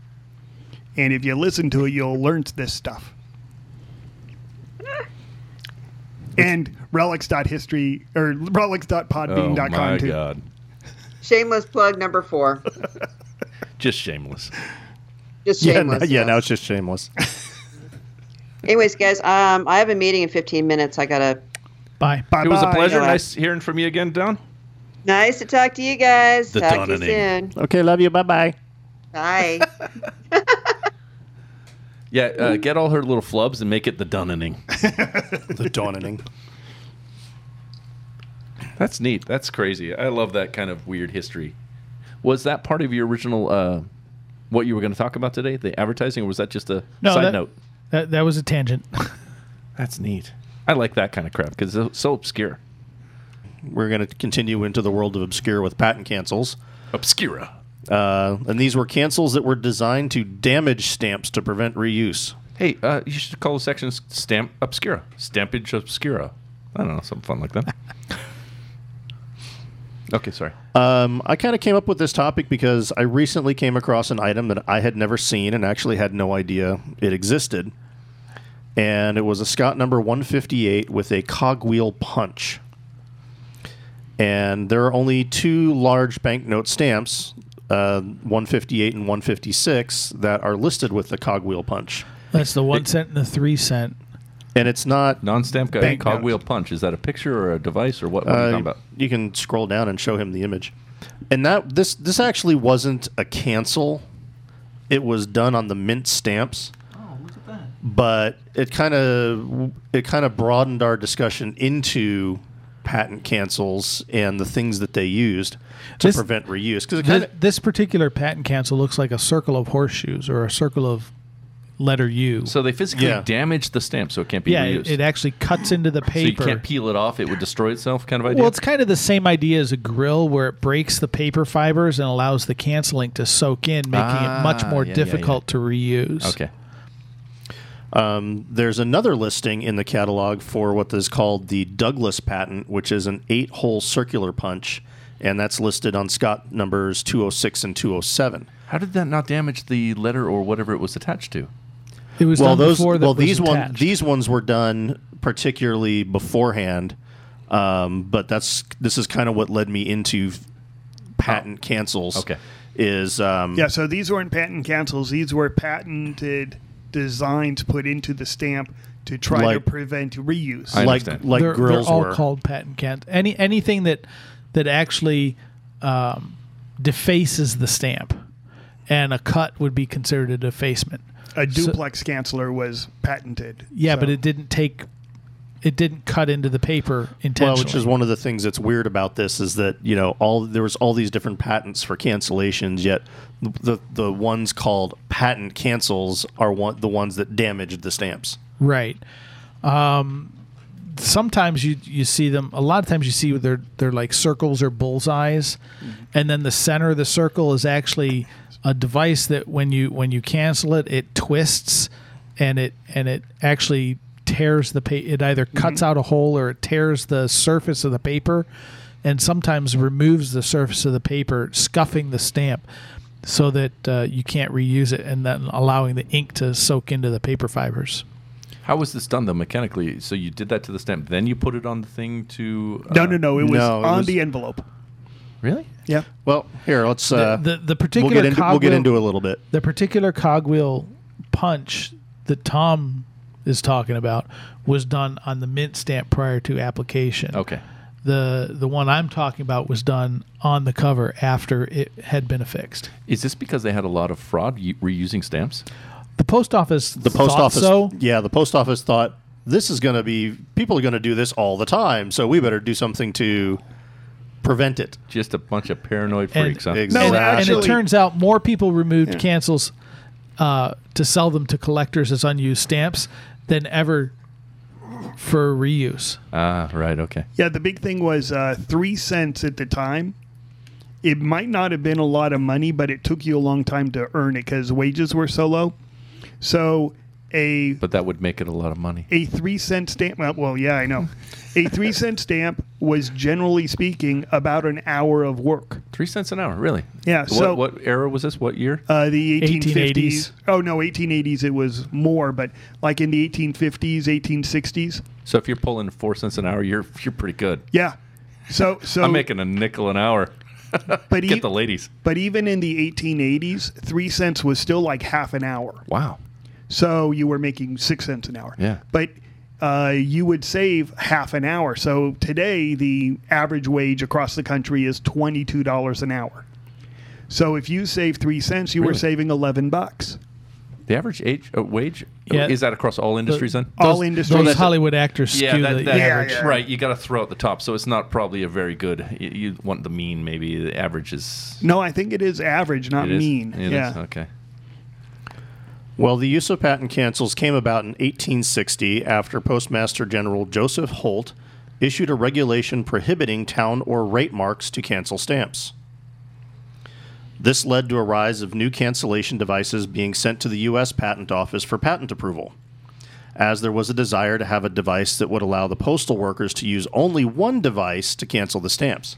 F: And if you listen to it, you'll learn this stuff. And relics.history or
H: Oh
F: relics.podbean.com
H: my
F: too.
H: God!
D: Shameless plug number four.
H: Just shameless.
D: Just
E: yeah,
D: shameless.
E: no- yeah, now it's just shameless.
D: Anyways, guys, um, I have a meeting in 15 minutes. I gotta.
G: Bye.
F: Bye-bye.
H: It was a pleasure.
D: Bye.
H: Nice hearing from you again, Don.
D: Nice to talk to you guys.
H: The
D: talk to you
H: Donning.
D: soon.
E: Okay, love you. Bye bye.
D: Bye.
H: Yeah, uh, get all her little flubs and make it the Dunning.
E: The dawning.
H: That's neat. That's crazy. I love that kind of weird history. Was that part of your original uh, what you were going to talk about today, the advertising, or was that just a
G: No,
H: side
G: that-
H: note?
G: That, that was a tangent.
H: That's neat. I like that kind of crap because it's so obscure.
E: We're going to continue into the world of obscure with patent cancels.
H: Obscura.
E: Uh, and these were cancels that were designed to damage stamps to prevent reuse.
H: Hey, uh, you should call the section s- Stamp Obscura. Stampage Obscura. I don't know, something fun like that. okay, sorry.
G: Uh,
E: Um, I kind of came up with this topic because I recently came across an item that I had never seen and actually had no idea it existed. and it was a Scott number 158 with a cogwheel punch. And there are only two large banknote stamps, uh, 158 and 156, that are listed with the cogwheel punch.
G: That's the one cent and the three cent.
E: And it's not.
H: Non-stamp guy,
E: Banknote.
H: cogwheel punch. Is that a picture or a device or what? What are you
E: Uh,
H: talking about?
E: you can scroll down and show him the image. And that this this actually wasn't a cancel. It was done on the mint stamps. But it kind of it kind of broadened our discussion into patent cancels and the things that they used to
G: This-
E: prevent reuse because it kind
G: This,
E: of
G: this particular patent cancel looks like a circle of horseshoes or a circle of letter U.
H: So they physically
E: Yeah.
H: damaged the stamp, so it can't be
G: yeah,
H: reused.
G: it, it actually cuts into the
H: so you
G: paper.
H: can't peel it off; it would destroy itself, kind of idea.
G: well, it's kind of the same idea as a grill where it breaks the paper fibers and allows the canceling to soak in, making it much
H: Ah,
G: more
H: yeah, yeah, yeah.
G: difficult to reuse.
H: okay.
E: there's another listing in the catalog for what is called the Douglas patent, which is an eight hole circular punch, and that's listed on Scott numbers 206 and 207.
H: How did that not damage the letter or whatever it was attached to?
G: It was
E: well,
G: done
E: those
G: before that
E: well
G: was
E: these one
G: attached.
E: these ones were done particularly beforehand, um, but that's this is kind of what led me into f- patent cancels.
H: Okay.
E: is um,
F: Yeah, so these weren't patent cancels. These were patented designs put into the stamp to try
E: Like-
F: to prevent reuse.
H: I-
E: like
H: understand.
E: like
G: they're, they're
E: grills
G: all
E: were.
G: called patent cant. Any anything that that actually um, defaces the stamp, and a cut would be considered a defacement.
F: a duplex canceler was patented.
H: Uh,
G: Yeah,
F: so-
G: but it didn't take, it didn't cut into the paper intentionally.
E: Well, which is one of the things that's weird about this is that you know all there was all these different patents for cancellations, yet the the ones called patent cancels are one, the ones that damaged the stamps.
G: Right. Um, sometimes you you see them. A lot of times you see they're they're like circles or bullseyes, and then the center of the circle is actually a device that when you when you cancel it, it twists, and it and it actually tears the pa- it either cuts out a hole or it tears the surface of the paper and sometimes removes the surface of the paper scuffing the stamp so that uh, you can't reuse it and then allowing the ink to soak into the paper fibers
H: How was this done though mechanically? So you did that to the stamp, then you put it on the thing to. Uh,
F: no, no, no. It was
E: No, it
F: on
E: was-
F: the envelope.
H: Really?
F: Yeah.
E: Well, here let's uh,
G: the, the
E: we'll
G: particular
E: get into we'll get
G: cogwheel-
E: into it a little bit.
G: the particular cogwheel punch that Tom is talking about was done on the mint stamp prior to application.
E: Oh.
H: Okay.
G: The the one I'm talking about was done on the cover after it had been affixed.
H: Is this because they had a lot of fraud u- reusing stamps?
G: The post office
E: the post
G: thought
E: office
G: so
E: yeah the post office thought this is going to be people are going to do this all the time so we better do something to prevent it
H: Just a bunch of paranoid
G: And-
H: freaks. huh?
E: Exactly.
G: and, uh, and
F: actually-
G: it turns out more people removed
F: Yeah.
G: cancels uh, to sell them to collectors as unused stamps than ever for reuse.
H: Ah, right. Okay.
F: Yeah, the big thing was uh, three cents at the time. It might not have been a lot of money, but it took you a long time to earn it because wages were so low. So a
H: But that would make it a lot of money.
F: a three cent stamp. Well, well, yeah, I know. a three cent stamp was generally speaking about an hour of work.
H: Three cents an hour, really?
F: Yeah,
H: What,
F: so-
H: what era was this? What year?
F: Uh, the
G: 1880s.
F: 1850s. Oh no, 1880s. It was more, but like in the 1850s, 1860s.
H: So if you're pulling four cents an hour, you're you're pretty good.
F: Yeah. So so.
H: I'm making a nickel an hour.
F: but e-
H: Get the ladies.
F: But even in the 1880s, three cents was still like half an hour.
H: Wow.
F: So you were making six cents an hour.
H: Yeah.
F: But uh, you would save half an hour. So today, the average wage across the country is $22 an hour. So if you save three cents, you were
H: Really?
F: saving 11 bucks.
H: The average age uh, wage
G: Yeah.
H: is that across all industries then?
F: All
G: Those-
F: industries.
G: Those Hollywood actors skew the average.
F: yeah.
H: right. You got to throw out the top, so it's not probably a very good. You, you want the mean, maybe the average is.
F: No, I think it is average, not
H: it is-
F: mean.
H: it is,
F: yeah.
H: okay.
E: well the use of patent cancels came about in 1860 after postmaster general joseph holt issued a regulation prohibiting town or rate marks to cancel stamps this led to a rise of new cancellation devices being sent to the U.S. Patent Office for patent approval, as there was a desire to have a device that would allow the postal workers to use only one device to cancel the stamps.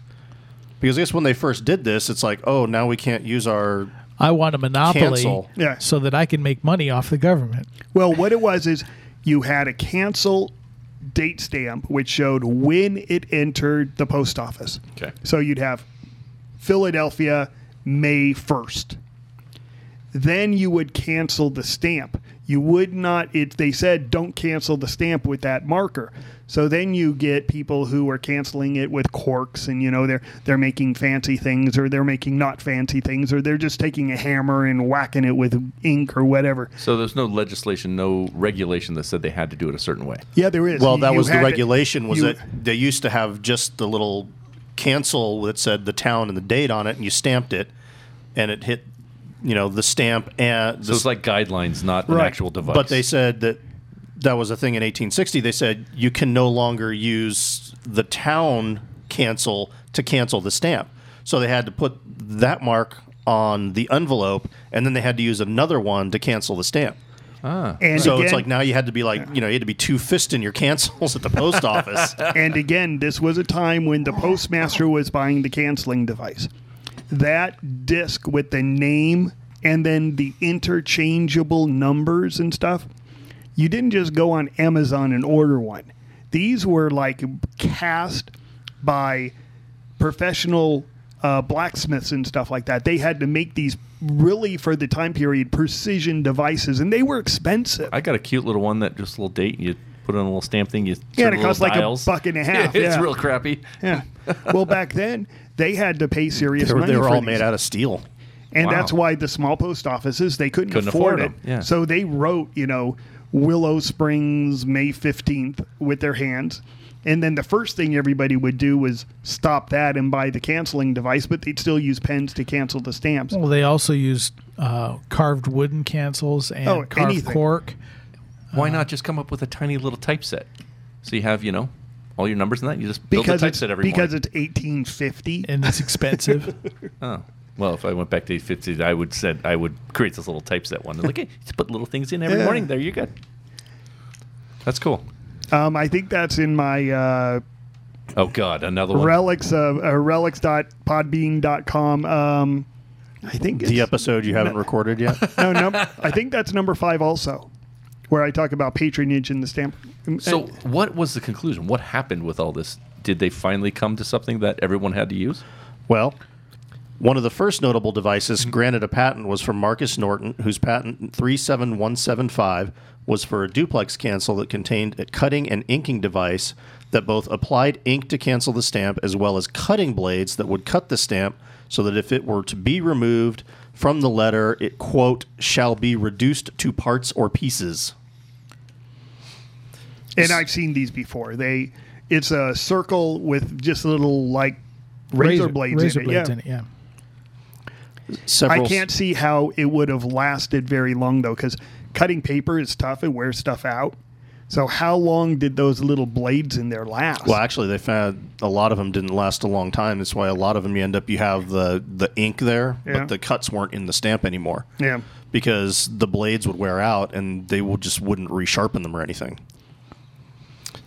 E: Because I guess when they first did this, it's like, oh, now we can't use our.
G: I want a monopoly
E: Cancel.
F: Yeah.
G: so that I can make money off the government.
F: Well, what it was is you had a cancel date stamp which showed when it entered the post office.
H: Okay.
F: So you'd have Philadelphia, May 1st. Then you would cancel the stamp. You would not, it, they said, don't cancel the stamp with that marker. So then you get people who are canceling it with corks and, you know, they're, they're making fancy things or they're making not fancy things or they're just taking a hammer and whacking it with ink or whatever.
H: So there's no legislation, no regulation that said they had to do it a certain way.
F: Yeah, there is.
E: Well,
F: You-
E: that
F: you
E: was the
F: had to-
E: regulation. was
F: you-
E: that they used to have just the little cancel that said the town and the date on it, and you stamped it, and it hit, you know, the stamp and
H: So
E: the
H: it's like guidelines, not an
F: Right.
H: actual device.
E: But they said that that was a thing in 1860. They said you can no longer use the town cancel to cancel the stamp. So they had to put that mark on the envelope, and then they had to use another one to cancel the stamp.
F: And
E: so it's
F: again-
E: like now you had to be like, you know, you had to be two fist in your cancels at the post office.
F: and again, this was a time when the postmaster was buying the canceling device. That disc with the name and then the interchangeable numbers and stuff, you didn't just go on Amazon and order one. These were like cast by professional uh, blacksmiths and stuff like that. They had to make these really, for the time period, precision devices, and they were expensive.
H: I got a cute little one that just a little date. You put on a little stamp thing. You
F: Yeah,
H: turn
F: and it
H: the
F: costs
H: little
F: like a
H: dials.
F: buck and a half.
H: it's
F: yeah.
H: real crappy.
F: Yeah. Well, back then they had to pay serious
E: they were,
F: money.
E: they were
F: for
E: all
F: these.
E: made out of steel.
F: and
H: Wow.
F: that's why the small post offices they couldn't,
H: Couldn't
F: afford,
H: afford
F: it.
H: them, yeah.
F: So they wrote, you know, Willow Springs, May fifteenth, with their hands. And then the first thing everybody would do was stop that and buy the canceling device, but they'd still use pens to cancel the stamps.
G: Well, they also used uh, carved wooden cancels and
F: Oh,
G: carved
F: anything.
G: cork.
H: Why
F: Uh-huh.
H: not just come up with a tiny little typeset? So you have, you know, all your numbers and that. You just build
F: because
H: a
F: it's
H: typeset every
F: because
H: morning.
F: it's eighteen fifty.
G: And it's expensive.
H: well, if I went back to 850s, I would said I would create this little typeset one. Like, hey, just put little things in every
F: Yeah.
H: morning. There you go. That's cool.
F: Um, I think that's in my uh,
H: Oh God, another one.
F: relics of uh, relics.podbean.com. Um, I think
E: The
F: it's-
E: episode you haven't recorded yet.
F: no, num- I think that's number five also, where I talk about patronage and the stamp.
H: so, what was the conclusion? What happened with all this? Did they finally come to something that everyone had to use?
E: Well, one of the first notable devices granted a patent was from Marcus Norton, whose patent 37175 was for a duplex cancel that contained a cutting and inking device that both applied ink to cancel the stamp as well as cutting blades that would cut the stamp so that if it were to be removed from the letter, it, quote, shall be reduced to parts or pieces.
F: and I've seen these before. They, it's a circle with just little like razor, blades
G: razor
F: in it.
G: blades
F: yeah.
G: in it. Yeah.
F: I
E: Several
F: can't see how it would have lasted very long though, because cutting paper is tough. It wears stuff out. So how long did those little blades in there last?
E: Well, actually, they found a lot of them didn't last a long time. That's why a lot of them you end up you have the the ink there,
F: Yeah.
E: but the cuts weren't in the stamp anymore.
F: yeah.
E: Because the blades would wear out and they will just wouldn't resharpen them or anything.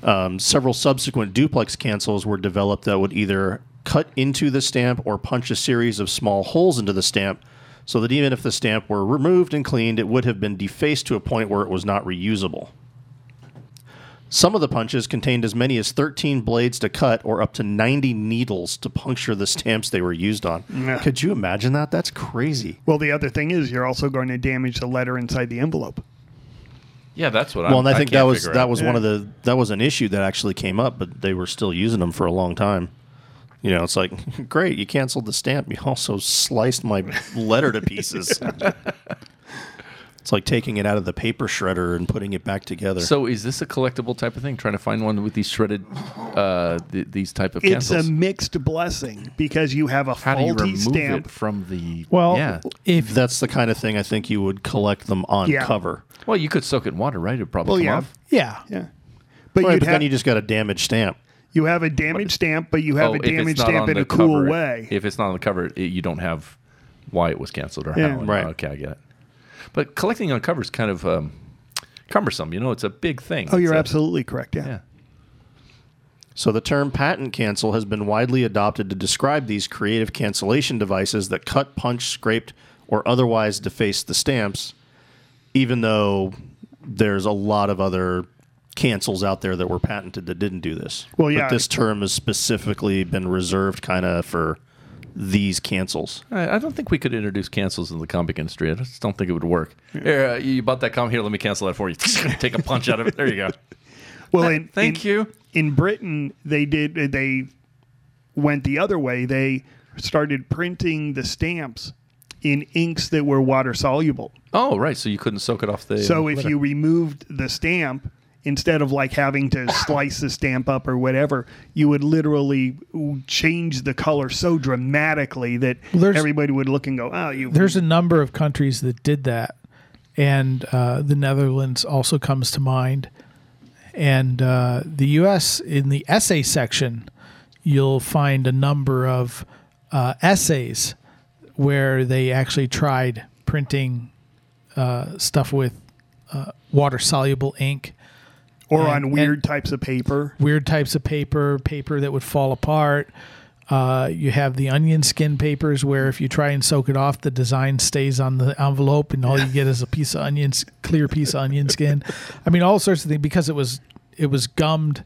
E: Um, several subsequent duplex cancels were developed that would either cut into the stamp or punch a series of small holes into the stamp, so that even if the stamp were removed and cleaned, it would have been defaced to a point where it was not reusable. Some of the punches contained as many as 13 blades to cut or up to 90 needles to puncture the stamps they were used on. Could you imagine that? That's crazy.
F: Well, the other thing is you're also going to damage the letter inside the envelope.
H: Yeah, that's what.
E: Well,
H: I'm,
E: and I think that
H: can't
E: was
H: figure
E: that
H: out.
E: was one of the that was an issue that actually came up, but they were still using them for a long time. You know, it's like, great, you canceled the stamp. You also sliced my letter to pieces. it's like taking it out of the paper shredder and putting it back together.
H: So, is this a collectible type of thing? Trying to find one with these shredded, uh, th- these type of
F: It's
H: cancels.
F: a mixed blessing because you have a
H: How do you
F: faulty
H: remove
F: stamp.
H: it from the?
G: Well,
H: yeah.
G: if
E: that's the kind of thing I think you would collect them on
F: Yeah.
E: cover.
H: Well, you could soak it in water, right? It'd probably
F: Well,
H: come
F: yeah.
H: off.
G: yeah,
F: Yeah. But,
E: Right,
F: you'd
E: but
F: have,
E: then you just got a damaged stamp.
F: You have a damaged stamp, but you have
H: Oh,
F: a
H: if it's
F: damaged
H: not
F: stamp
H: on
F: in
H: the
F: a cool
H: cover,
F: way.
H: If it's not on the cover, it, you don't have why it was canceled or
F: Yeah.
H: how.
E: Right.
H: Okay, I get it. But collecting on covers kind of um, cumbersome. You know, it's a big thing.
F: oh, you're
H: It's a-
F: absolutely correct. Yeah.
H: Yeah.
E: So the term patent cancel has been widely adopted to describe these creative cancellation devices that cut, punch, scraped, or otherwise deface the stamps, even though there's a lot of other cancels out there that were patented that didn't do this.
F: Well, yeah.
E: But this term has specifically been reserved kind of for these cancels.
H: I, I don't think we could introduce cancels in the comic industry. I just don't think it would work. Here, uh, you bought that comic. Here, let me cancel that for you. Take a punch out of it. There you go.
F: Well, in,
H: Thank
F: in-
H: you.
F: In Britain, they did they went the other way. They started printing the stamps in inks that were water soluble.
H: Oh, right. So you couldn't soak it off the.
F: So if you removed the stamp, instead of like having to slice the stamp up or whatever, you would literally change the color so dramatically that
G: Well, there's-
F: everybody would look and go, "Oh, you."
G: There's a number of countries that did that, and uh, the Netherlands also comes to mind. And uh, the U.S. in the essay section, you'll find a number of uh, essays where they actually tried printing uh, stuff with uh, water soluble ink,
F: or
G: and-
F: on weird
G: and-
F: types of paper.
G: weird types of paper, paper that would fall apart. Uh, you have the onion skin papers where if you try and soak it off, the design stays on the envelope, and all you get is a piece of onions, clear piece of onion skin. I mean, all sorts of things because it was it was gummed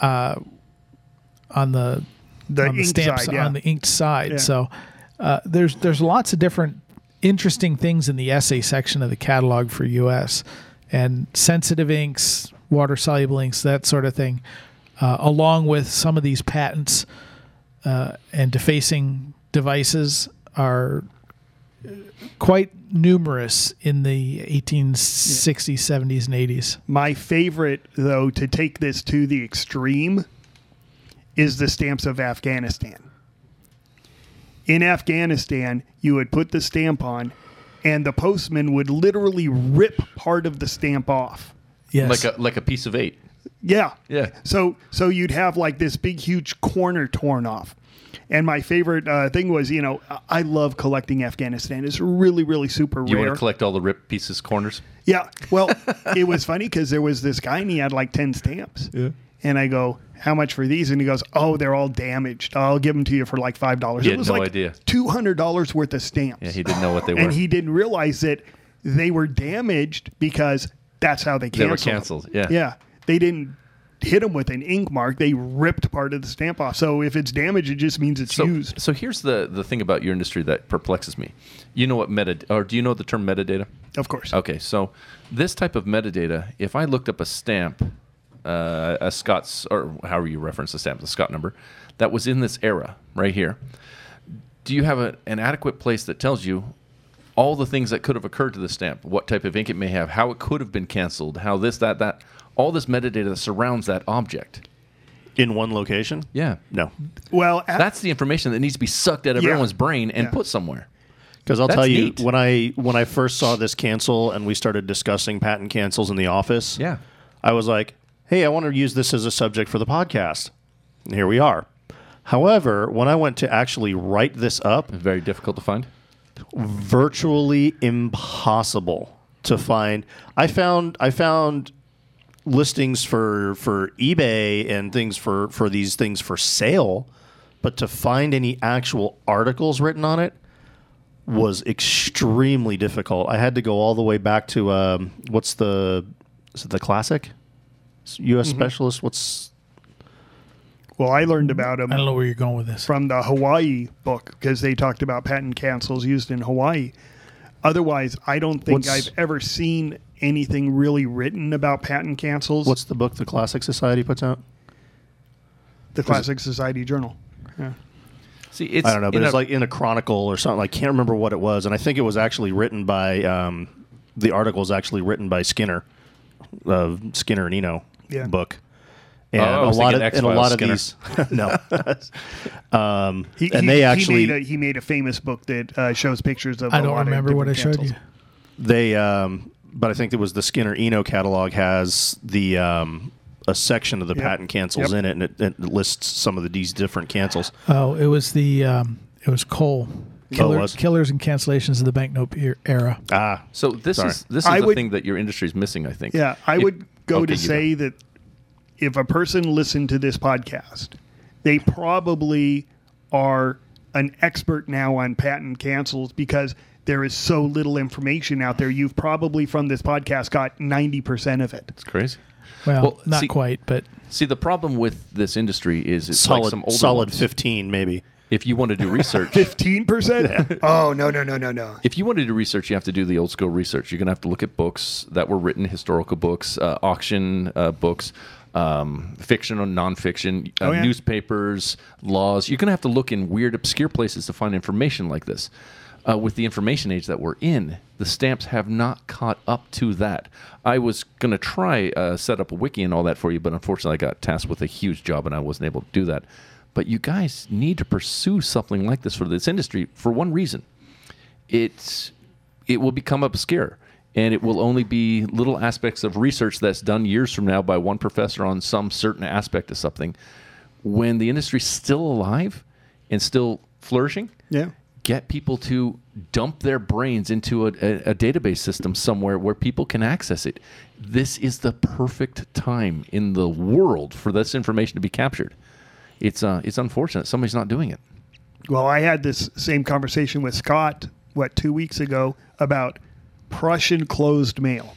G: uh, on the
F: The
G: on the
F: ink
G: stamp
F: side,
G: si-
F: yeah.
G: on the inked side.
F: Yeah.
G: So uh, there's there's lots of different interesting things in the essay section of the catalog for U.S. and sensitive inks, water soluble inks, that sort of thing, uh, along with some of these patents uh, and defacing devices are uh, quite numerous in the 1860s, 70s, and 80s.
F: My favorite, though, to take this to the extreme is the stamps of Afghanistan. In Afghanistan, you would put the stamp on, and the postman would literally rip part of the stamp off.
G: Yes.
H: like a like a piece of eight.
F: Yeah.
H: Yeah.
F: So so you'd have like this big huge corner torn off. And my favorite uh, thing was, you know, I- I love collecting Afghanistan. It's really, really super
H: You
F: rare.
H: want to collect all the rip pieces, corners.
F: Yeah. Well, it was funny because there was this guy and he had like 10 stamps. Yeah. And I go, how much for these? And he goes, oh, they're all damaged. I'll give them to you for like $5.
H: He
F: it
H: had
F: was
H: no
F: like
H: idea.
F: $200 worth of stamps.
H: Yeah, he didn't know what they were.
F: and he didn't realize that they were damaged because that's how they
H: They were
F: canceled. them.
H: canceled, yeah.
F: Yeah. They didn't hit them with an ink mark. They ripped part of the stamp off. So if it's damaged, it just means it's
H: so,
F: used.
H: so here's the the thing about your industry that perplexes me. You know what meta or do you know the term metadata?
F: Of course.
H: Okay, so this type of metadata, if I looked up a stamp, uh, a Scots, or however you reference the stamp, the Scott number, that was in this era right here, do you have a, an adequate place that tells you all the things that could have occurred to the stamp, what type of ink it may have, how it could have been canceled, how this, that, that, all this metadata that surrounds that object?
E: In one location?
H: Yeah.
E: No.
F: Well, a-
H: That's the information that needs to be sucked out of
F: Yeah.
H: everyone's brain and
F: Yeah.
H: put somewhere.
E: Because I'll
H: That's
E: tell you,
H: neat.
E: when I when I first saw this cancel and we started discussing patent cancels in the office,
H: Yeah.
E: I was like, "Hey, I want to use this as a subject for the podcast." And here we are. However, when I went to actually write this up,
H: Very difficult to find.
E: virtually impossible to find. I found I found listings for for eBay and things for for these things for sale, but to find any actual articles written on it was extremely difficult. I had to go all the way back to um, what's the is it the classic It's U.S. specialist? What's
F: well, I learned about them.
G: I don't know where you're going with this.
F: from the Hawaii book because they talked about patent cancels used in Hawaii. Otherwise, I don't think
E: What's-
F: I've ever seen anything really written about patent cancels.
E: what's the book the Classic Society puts out?
F: the Classic Society Journal?
H: See, it's
E: I don't know, but
H: in
E: it's
H: a-
E: like in a chronicle or something. I can't remember what it was, and I think it was actually written by um, the article is actually written by Skinner, uh, Skinner and Eno
F: Yeah.
E: book, and
H: Oh, I
E: a
H: was
E: lot of
H: thinking
E: and a
H: X-Files
E: lot of
H: Skinner.
E: these no, um,
F: He,
E: and
F: he-
E: they
F: he
E: actually
F: made a, he made a famous book that uh, shows pictures of.
G: I
F: a
G: don't
F: lot of
G: remember what I
F: different
G: showed you.
F: cancels.
E: they um, but I think it was the Skinner Eno catalog has the um, a section of the
F: Yep.
E: patent cancels
F: Yep.
E: in it, and it, it lists some of the, these different cancels.
G: Oh, it was the um, it was Cole. Killer,
E: was.
G: Killers and cancellations of the banknote e- era.
E: Ah,
H: So this
E: Sorry.
H: is this is
F: I
H: the
F: would-
H: thing that your industry is missing, I think.
F: Yeah, I
H: If-
F: would go
H: Okay,
F: to
H: you
F: say
H: go.
F: that if a person listened to this podcast, they probably are an expert now on patent cancels because there is so little information out there. You've probably from this podcast got ninety percent of it.
H: It's crazy.
G: Well,
H: Well,
G: not
H: see-
G: quite, but
H: See, the problem with this industry is it's
E: solid
H: like some older
E: solid
H: ones.
E: 15 maybe
H: If you want to do research,
F: Fifteen percent? Oh no no no no no.
H: if you want to do research, you have to do the old school research. You're going to have to look at books that were written, historical books, uh, auction uh, books, um, fiction or nonfiction, uh,
F: Oh, yeah.
H: newspapers, laws. You're going to have to look in weird, obscure places to find information like this. Uh, with the information age that we're in, the stamps have not caught up to that. I was going to try uh, set up a wiki and all that for you, but unfortunately, I got tasked with a huge job and I wasn't able to do that. But you guys need to pursue something like this for this industry for one reason it's it will become obscure and it will only be little aspects of research that's done years from now by one professor on some certain aspect of something when the industry's still alive and still flourishing
F: Yeah.
H: get people to dump their brains into a, a, a database system somewhere where people can access it this is the perfect time in the world for this information to be captured it's uh it's unfortunate somebody's not doing it
F: Well, I had this same conversation with Scott, what, two weeks ago about Prussian closed mail.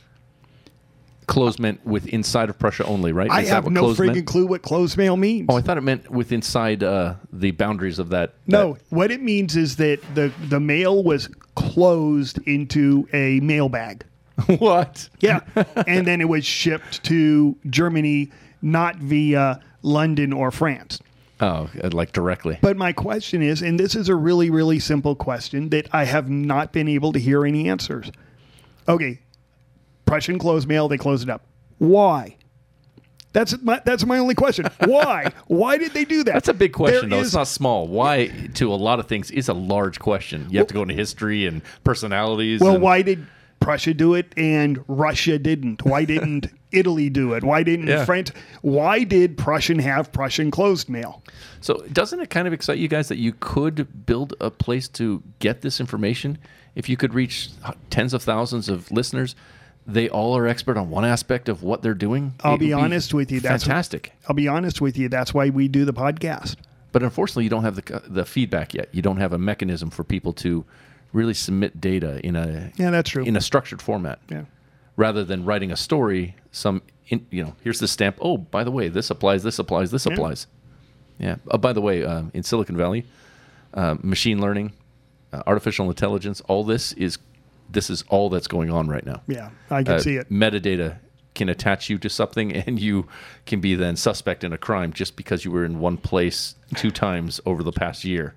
H: closed meant with inside of Prussia only, right?
F: I
H: Is that
F: have
H: what
F: no
H: closed
F: friggin'
H: meant?
F: clue what closed mail means.
H: Oh, I thought it meant with inside uh, the boundaries of that.
F: no,
H: that-
F: what it means is that the, the mail was closed into a mailbag.
H: what?
F: Yeah. and then it was shipped to Germany, not via London or France.
H: Oh, like directly.
F: But my question is, and this is a really, really simple question that I have not been able to hear any answers. Okay, Prussian closed mail, they closed it up. Why? That's my that's my only question. Why? Why did they do that?
H: That's a big question,
F: There
H: though.
F: is-
H: It's not small. Why, to a lot of things, is a large question. You have to go into history and personalities.
F: well,
H: and-
F: why did Prussia do it and Russia didn't? Why didn't Italy do it? Why didn't
H: Yeah.
F: France? Why did Prussian have Prussian closed mail?
H: So, doesn't it kind of excite you guys that you could build a place to get this information? If you could reach tens of thousands of listeners, they all are expert on one aspect of what they're doing.
F: I'll
H: It
F: be
H: would
F: honest with you. That's
H: fantastic.
F: I'll be honest with you. That's why we do the podcast.
H: But unfortunately, you don't have the the feedback yet. You don't have a mechanism for people to really submit data in a
F: Yeah, that's true.
H: in a structured format.
F: Yeah.
H: Rather than writing a story, some in, you know, here's the stamp. Oh, by the way, this applies. This applies. This applies. Yeah. Oh, by the way, uh, in Silicon Valley, uh, machine learning, uh, artificial intelligence, all this is this is all that's going on right now
F: Yeah, I can
H: uh,
F: see it.
H: Metadata can attach you to something, and you can be then suspect in a crime just because you were in one place two times over the past year.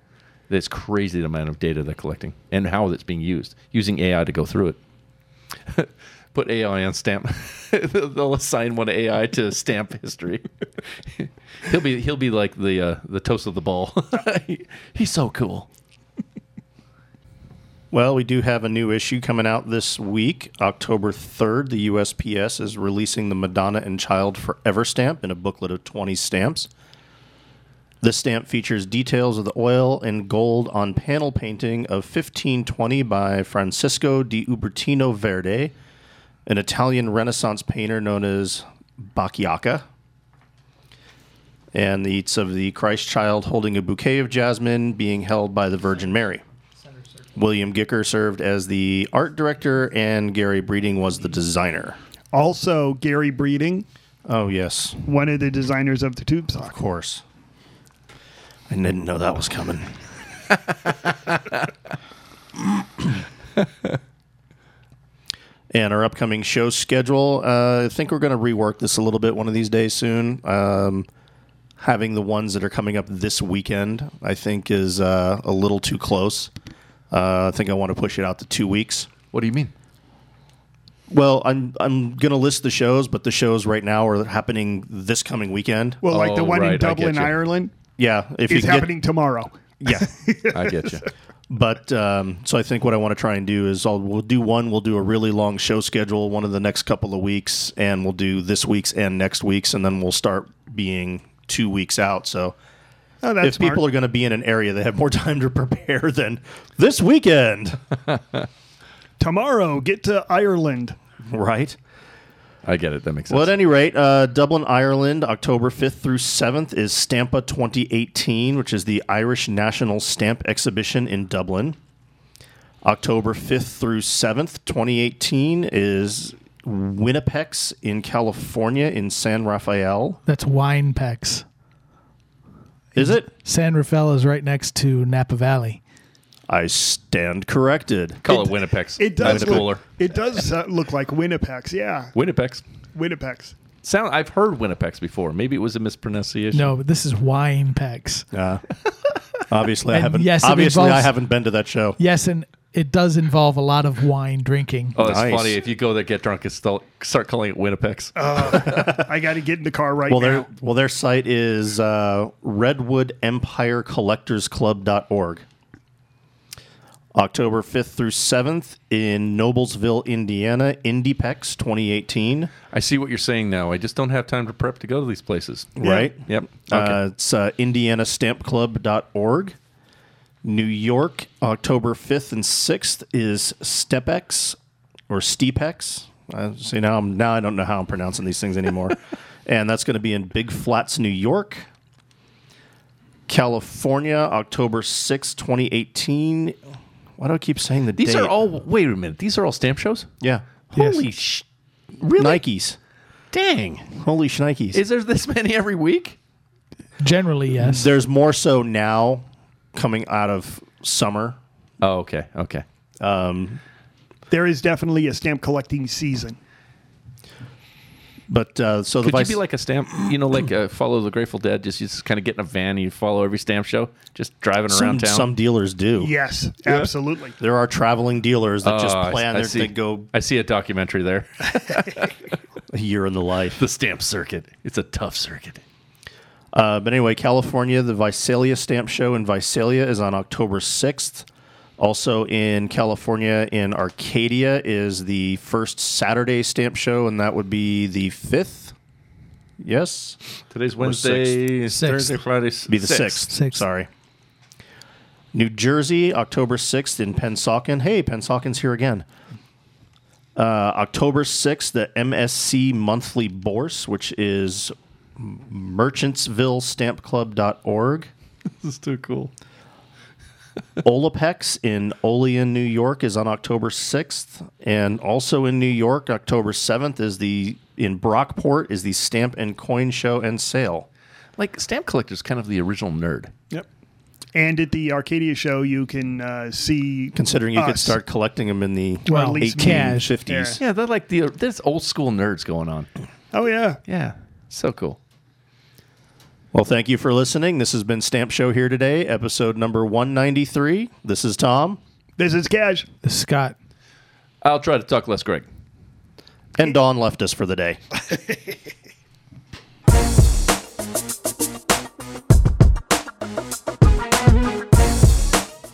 H: That's crazy the amount of data they're collecting and how that's being used. Using AI to go through it. Put AI on stamp. They'll assign one AI to stamp history. he'll be he'll be like the uh, the toast of the ball. He- he's so cool.
E: Well, we do have a new issue coming out this week, October 3rd. The USPS is releasing the Madonna and Child Forever stamp in a booklet of 20 stamps. This stamp features details of the oil and gold on panel painting of 1520 by Francisco di Ubertino Verde, an Italian Renaissance painter known as Bacchiaca. And the, it's of the Christ child holding a bouquet of jasmine being held by the Virgin Mary. William Gicker served as the art director, and Gary Breeding was the designer.
F: Also, Gary Breeding,
E: Oh, yes, of
F: one of the designers of the tube sock.
E: course. I didn't know that was coming. and our upcoming show schedule, uh, I think we're going to rework this a little bit one of these days soon. Um, having the ones that are coming up this weekend, I think, is uh, a little too close. Uh, I think I want to push it out to two weeks.
H: What do you mean?
E: Well, I'm I'm gonna list the shows, but the shows right now are happening this coming weekend.
F: Well, like the
H: Oh,
F: one
H: right, I
F: in Dublin,
H: get you.
F: Ireland,
E: yeah, if
F: is
E: you
F: happening tomorrow.
E: Get, yeah,
H: I get you.
E: but um, so I think what I want to try and do is I'll we'll do one, we'll do a really long show schedule one of the next couple of weeks, and we'll do this week's and next week's, and then we'll start being two weeks out. So
F: Oh, that's
E: if people are going to be in an area, they have more time to prepare than this weekend,
F: tomorrow, get to Ireland.
E: right?
H: I get it. That makes sense.
E: Well, at any rate, uh, Dublin, Ireland, October 5th through 7th is Stampa 2018, which is the Irish National Stamp Exhibition in Dublin. October 5th through 7th, 2018 is Winnipex in California in San Rafael.
G: That's Wine Pecs.
E: Is it?
G: San Rafael is right next to Napa Valley.
E: I stand corrected.
H: Call it, Winnipex.
F: It does.
H: That's
F: Look,
H: cooler.
F: it does uh, look like Winnipegs. Yeah,
H: Winnipex.
F: Winnipegs.
H: Sound. I've heard Winnipex before. Maybe it was a mispronunciation.
G: No, but this is Wine Pecs.
E: Uh, obviously, I
G: And
E: haven't.
G: yes, it
E: obviously, I
G: involves-
E: haven't been to that show.
G: Yes, and it does involve a lot of wine drinking.
H: Oh, it's
E: Nice.
H: funny. If you go there, get drunk, and st- start calling it Winnipex.
F: I got to get in the car right
E: Well, their
F: now.
E: well, their site is uh, redwoodempirecollectorsclub.org. October 5th through 7th in Noblesville, Indiana, IndiePex 2018,
H: I see what you're saying now. I just don't have time to prep to go to these places.
E: right?
H: Yep. Okay.
E: Uh, it's uh, indianastampclub.org. New York, October 5th and 6th is StepX or SteepX. Uh, see, now, I'm, now I don't know how I'm pronouncing these things anymore. and that's going to be in Big Flats, New York. California, October 6th, 2018. Why do I keep saying the
H: these
E: date?
H: are all. Wait a minute. These are all stamp shows.
E: Yeah.
H: Holy sh! Really?
E: Nikes.
H: Dang.
E: Holy shnikes.
H: Is there this many every week?
G: Generally, yes.
E: There's more so now coming out of summer
H: Oh, okay. Okay.
F: there is definitely a stamp collecting season.
E: But uh, so the
H: Could
E: vice,
H: you be like a stamp? You know, like uh, follow the Grateful Dead. Just you just kind of get in a van and you follow every stamp show, just driving
E: some,
H: around town.
E: some dealers do.
F: Yes, absolutely.
E: There are traveling dealers that just
H: Oh, I-
E: plan
H: I
E: their
H: see.
E: they go
H: I see a documentary there.
E: a year in the life.
H: the stamp circuit. It's a tough circuit.
E: Uh, but anyway, California, the Visalia Stamp Show in Visalia is on October 6th. Also in California, in Arcadia, is the first Saturday stamp show, and that would be the 5th. Yes?
H: Today's
E: Wednesday,
H: Wednesday,
G: Sixth.
H: Thursday, Friday.
E: be the 6th.
H: sixth.
G: Sixth.
E: Sorry. New Jersey, October 6th in Pensauken. Hey, Pensauken's here again. Uh, October 6th, the MSC Monthly Bourse, which is merchantsvillestampclub.org.
H: This is too cool.
E: Olapex in Olean, New York is on October 6th. And also in New York, October 7th is the, in Brockport, is the Stamp and Coin Show and Sale.
H: Like stamp collector's kind of the original nerd.
F: Yep. And at the Arcadia show, you can uh, see
E: Considering you could
F: us.
E: start collecting them in the
G: Well,
F: at least me.
E: 1850s.
H: Yeah, they're like the there's old school nerds going on.
F: Oh yeah.
H: Yeah, so cool.
E: Well, thank you for listening. This has been Stamp Show here today, episode number 193. This is Tom
F: This is cash.
G: Scott.
H: I'll try to talk less, Greg.
E: and Dawn left us for the day.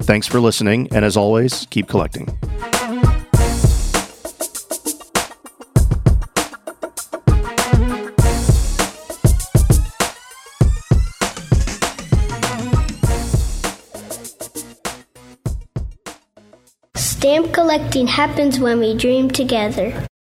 E: Thanks for listening, and as always, keep collecting.
J: Stamp collecting happens when we dream together.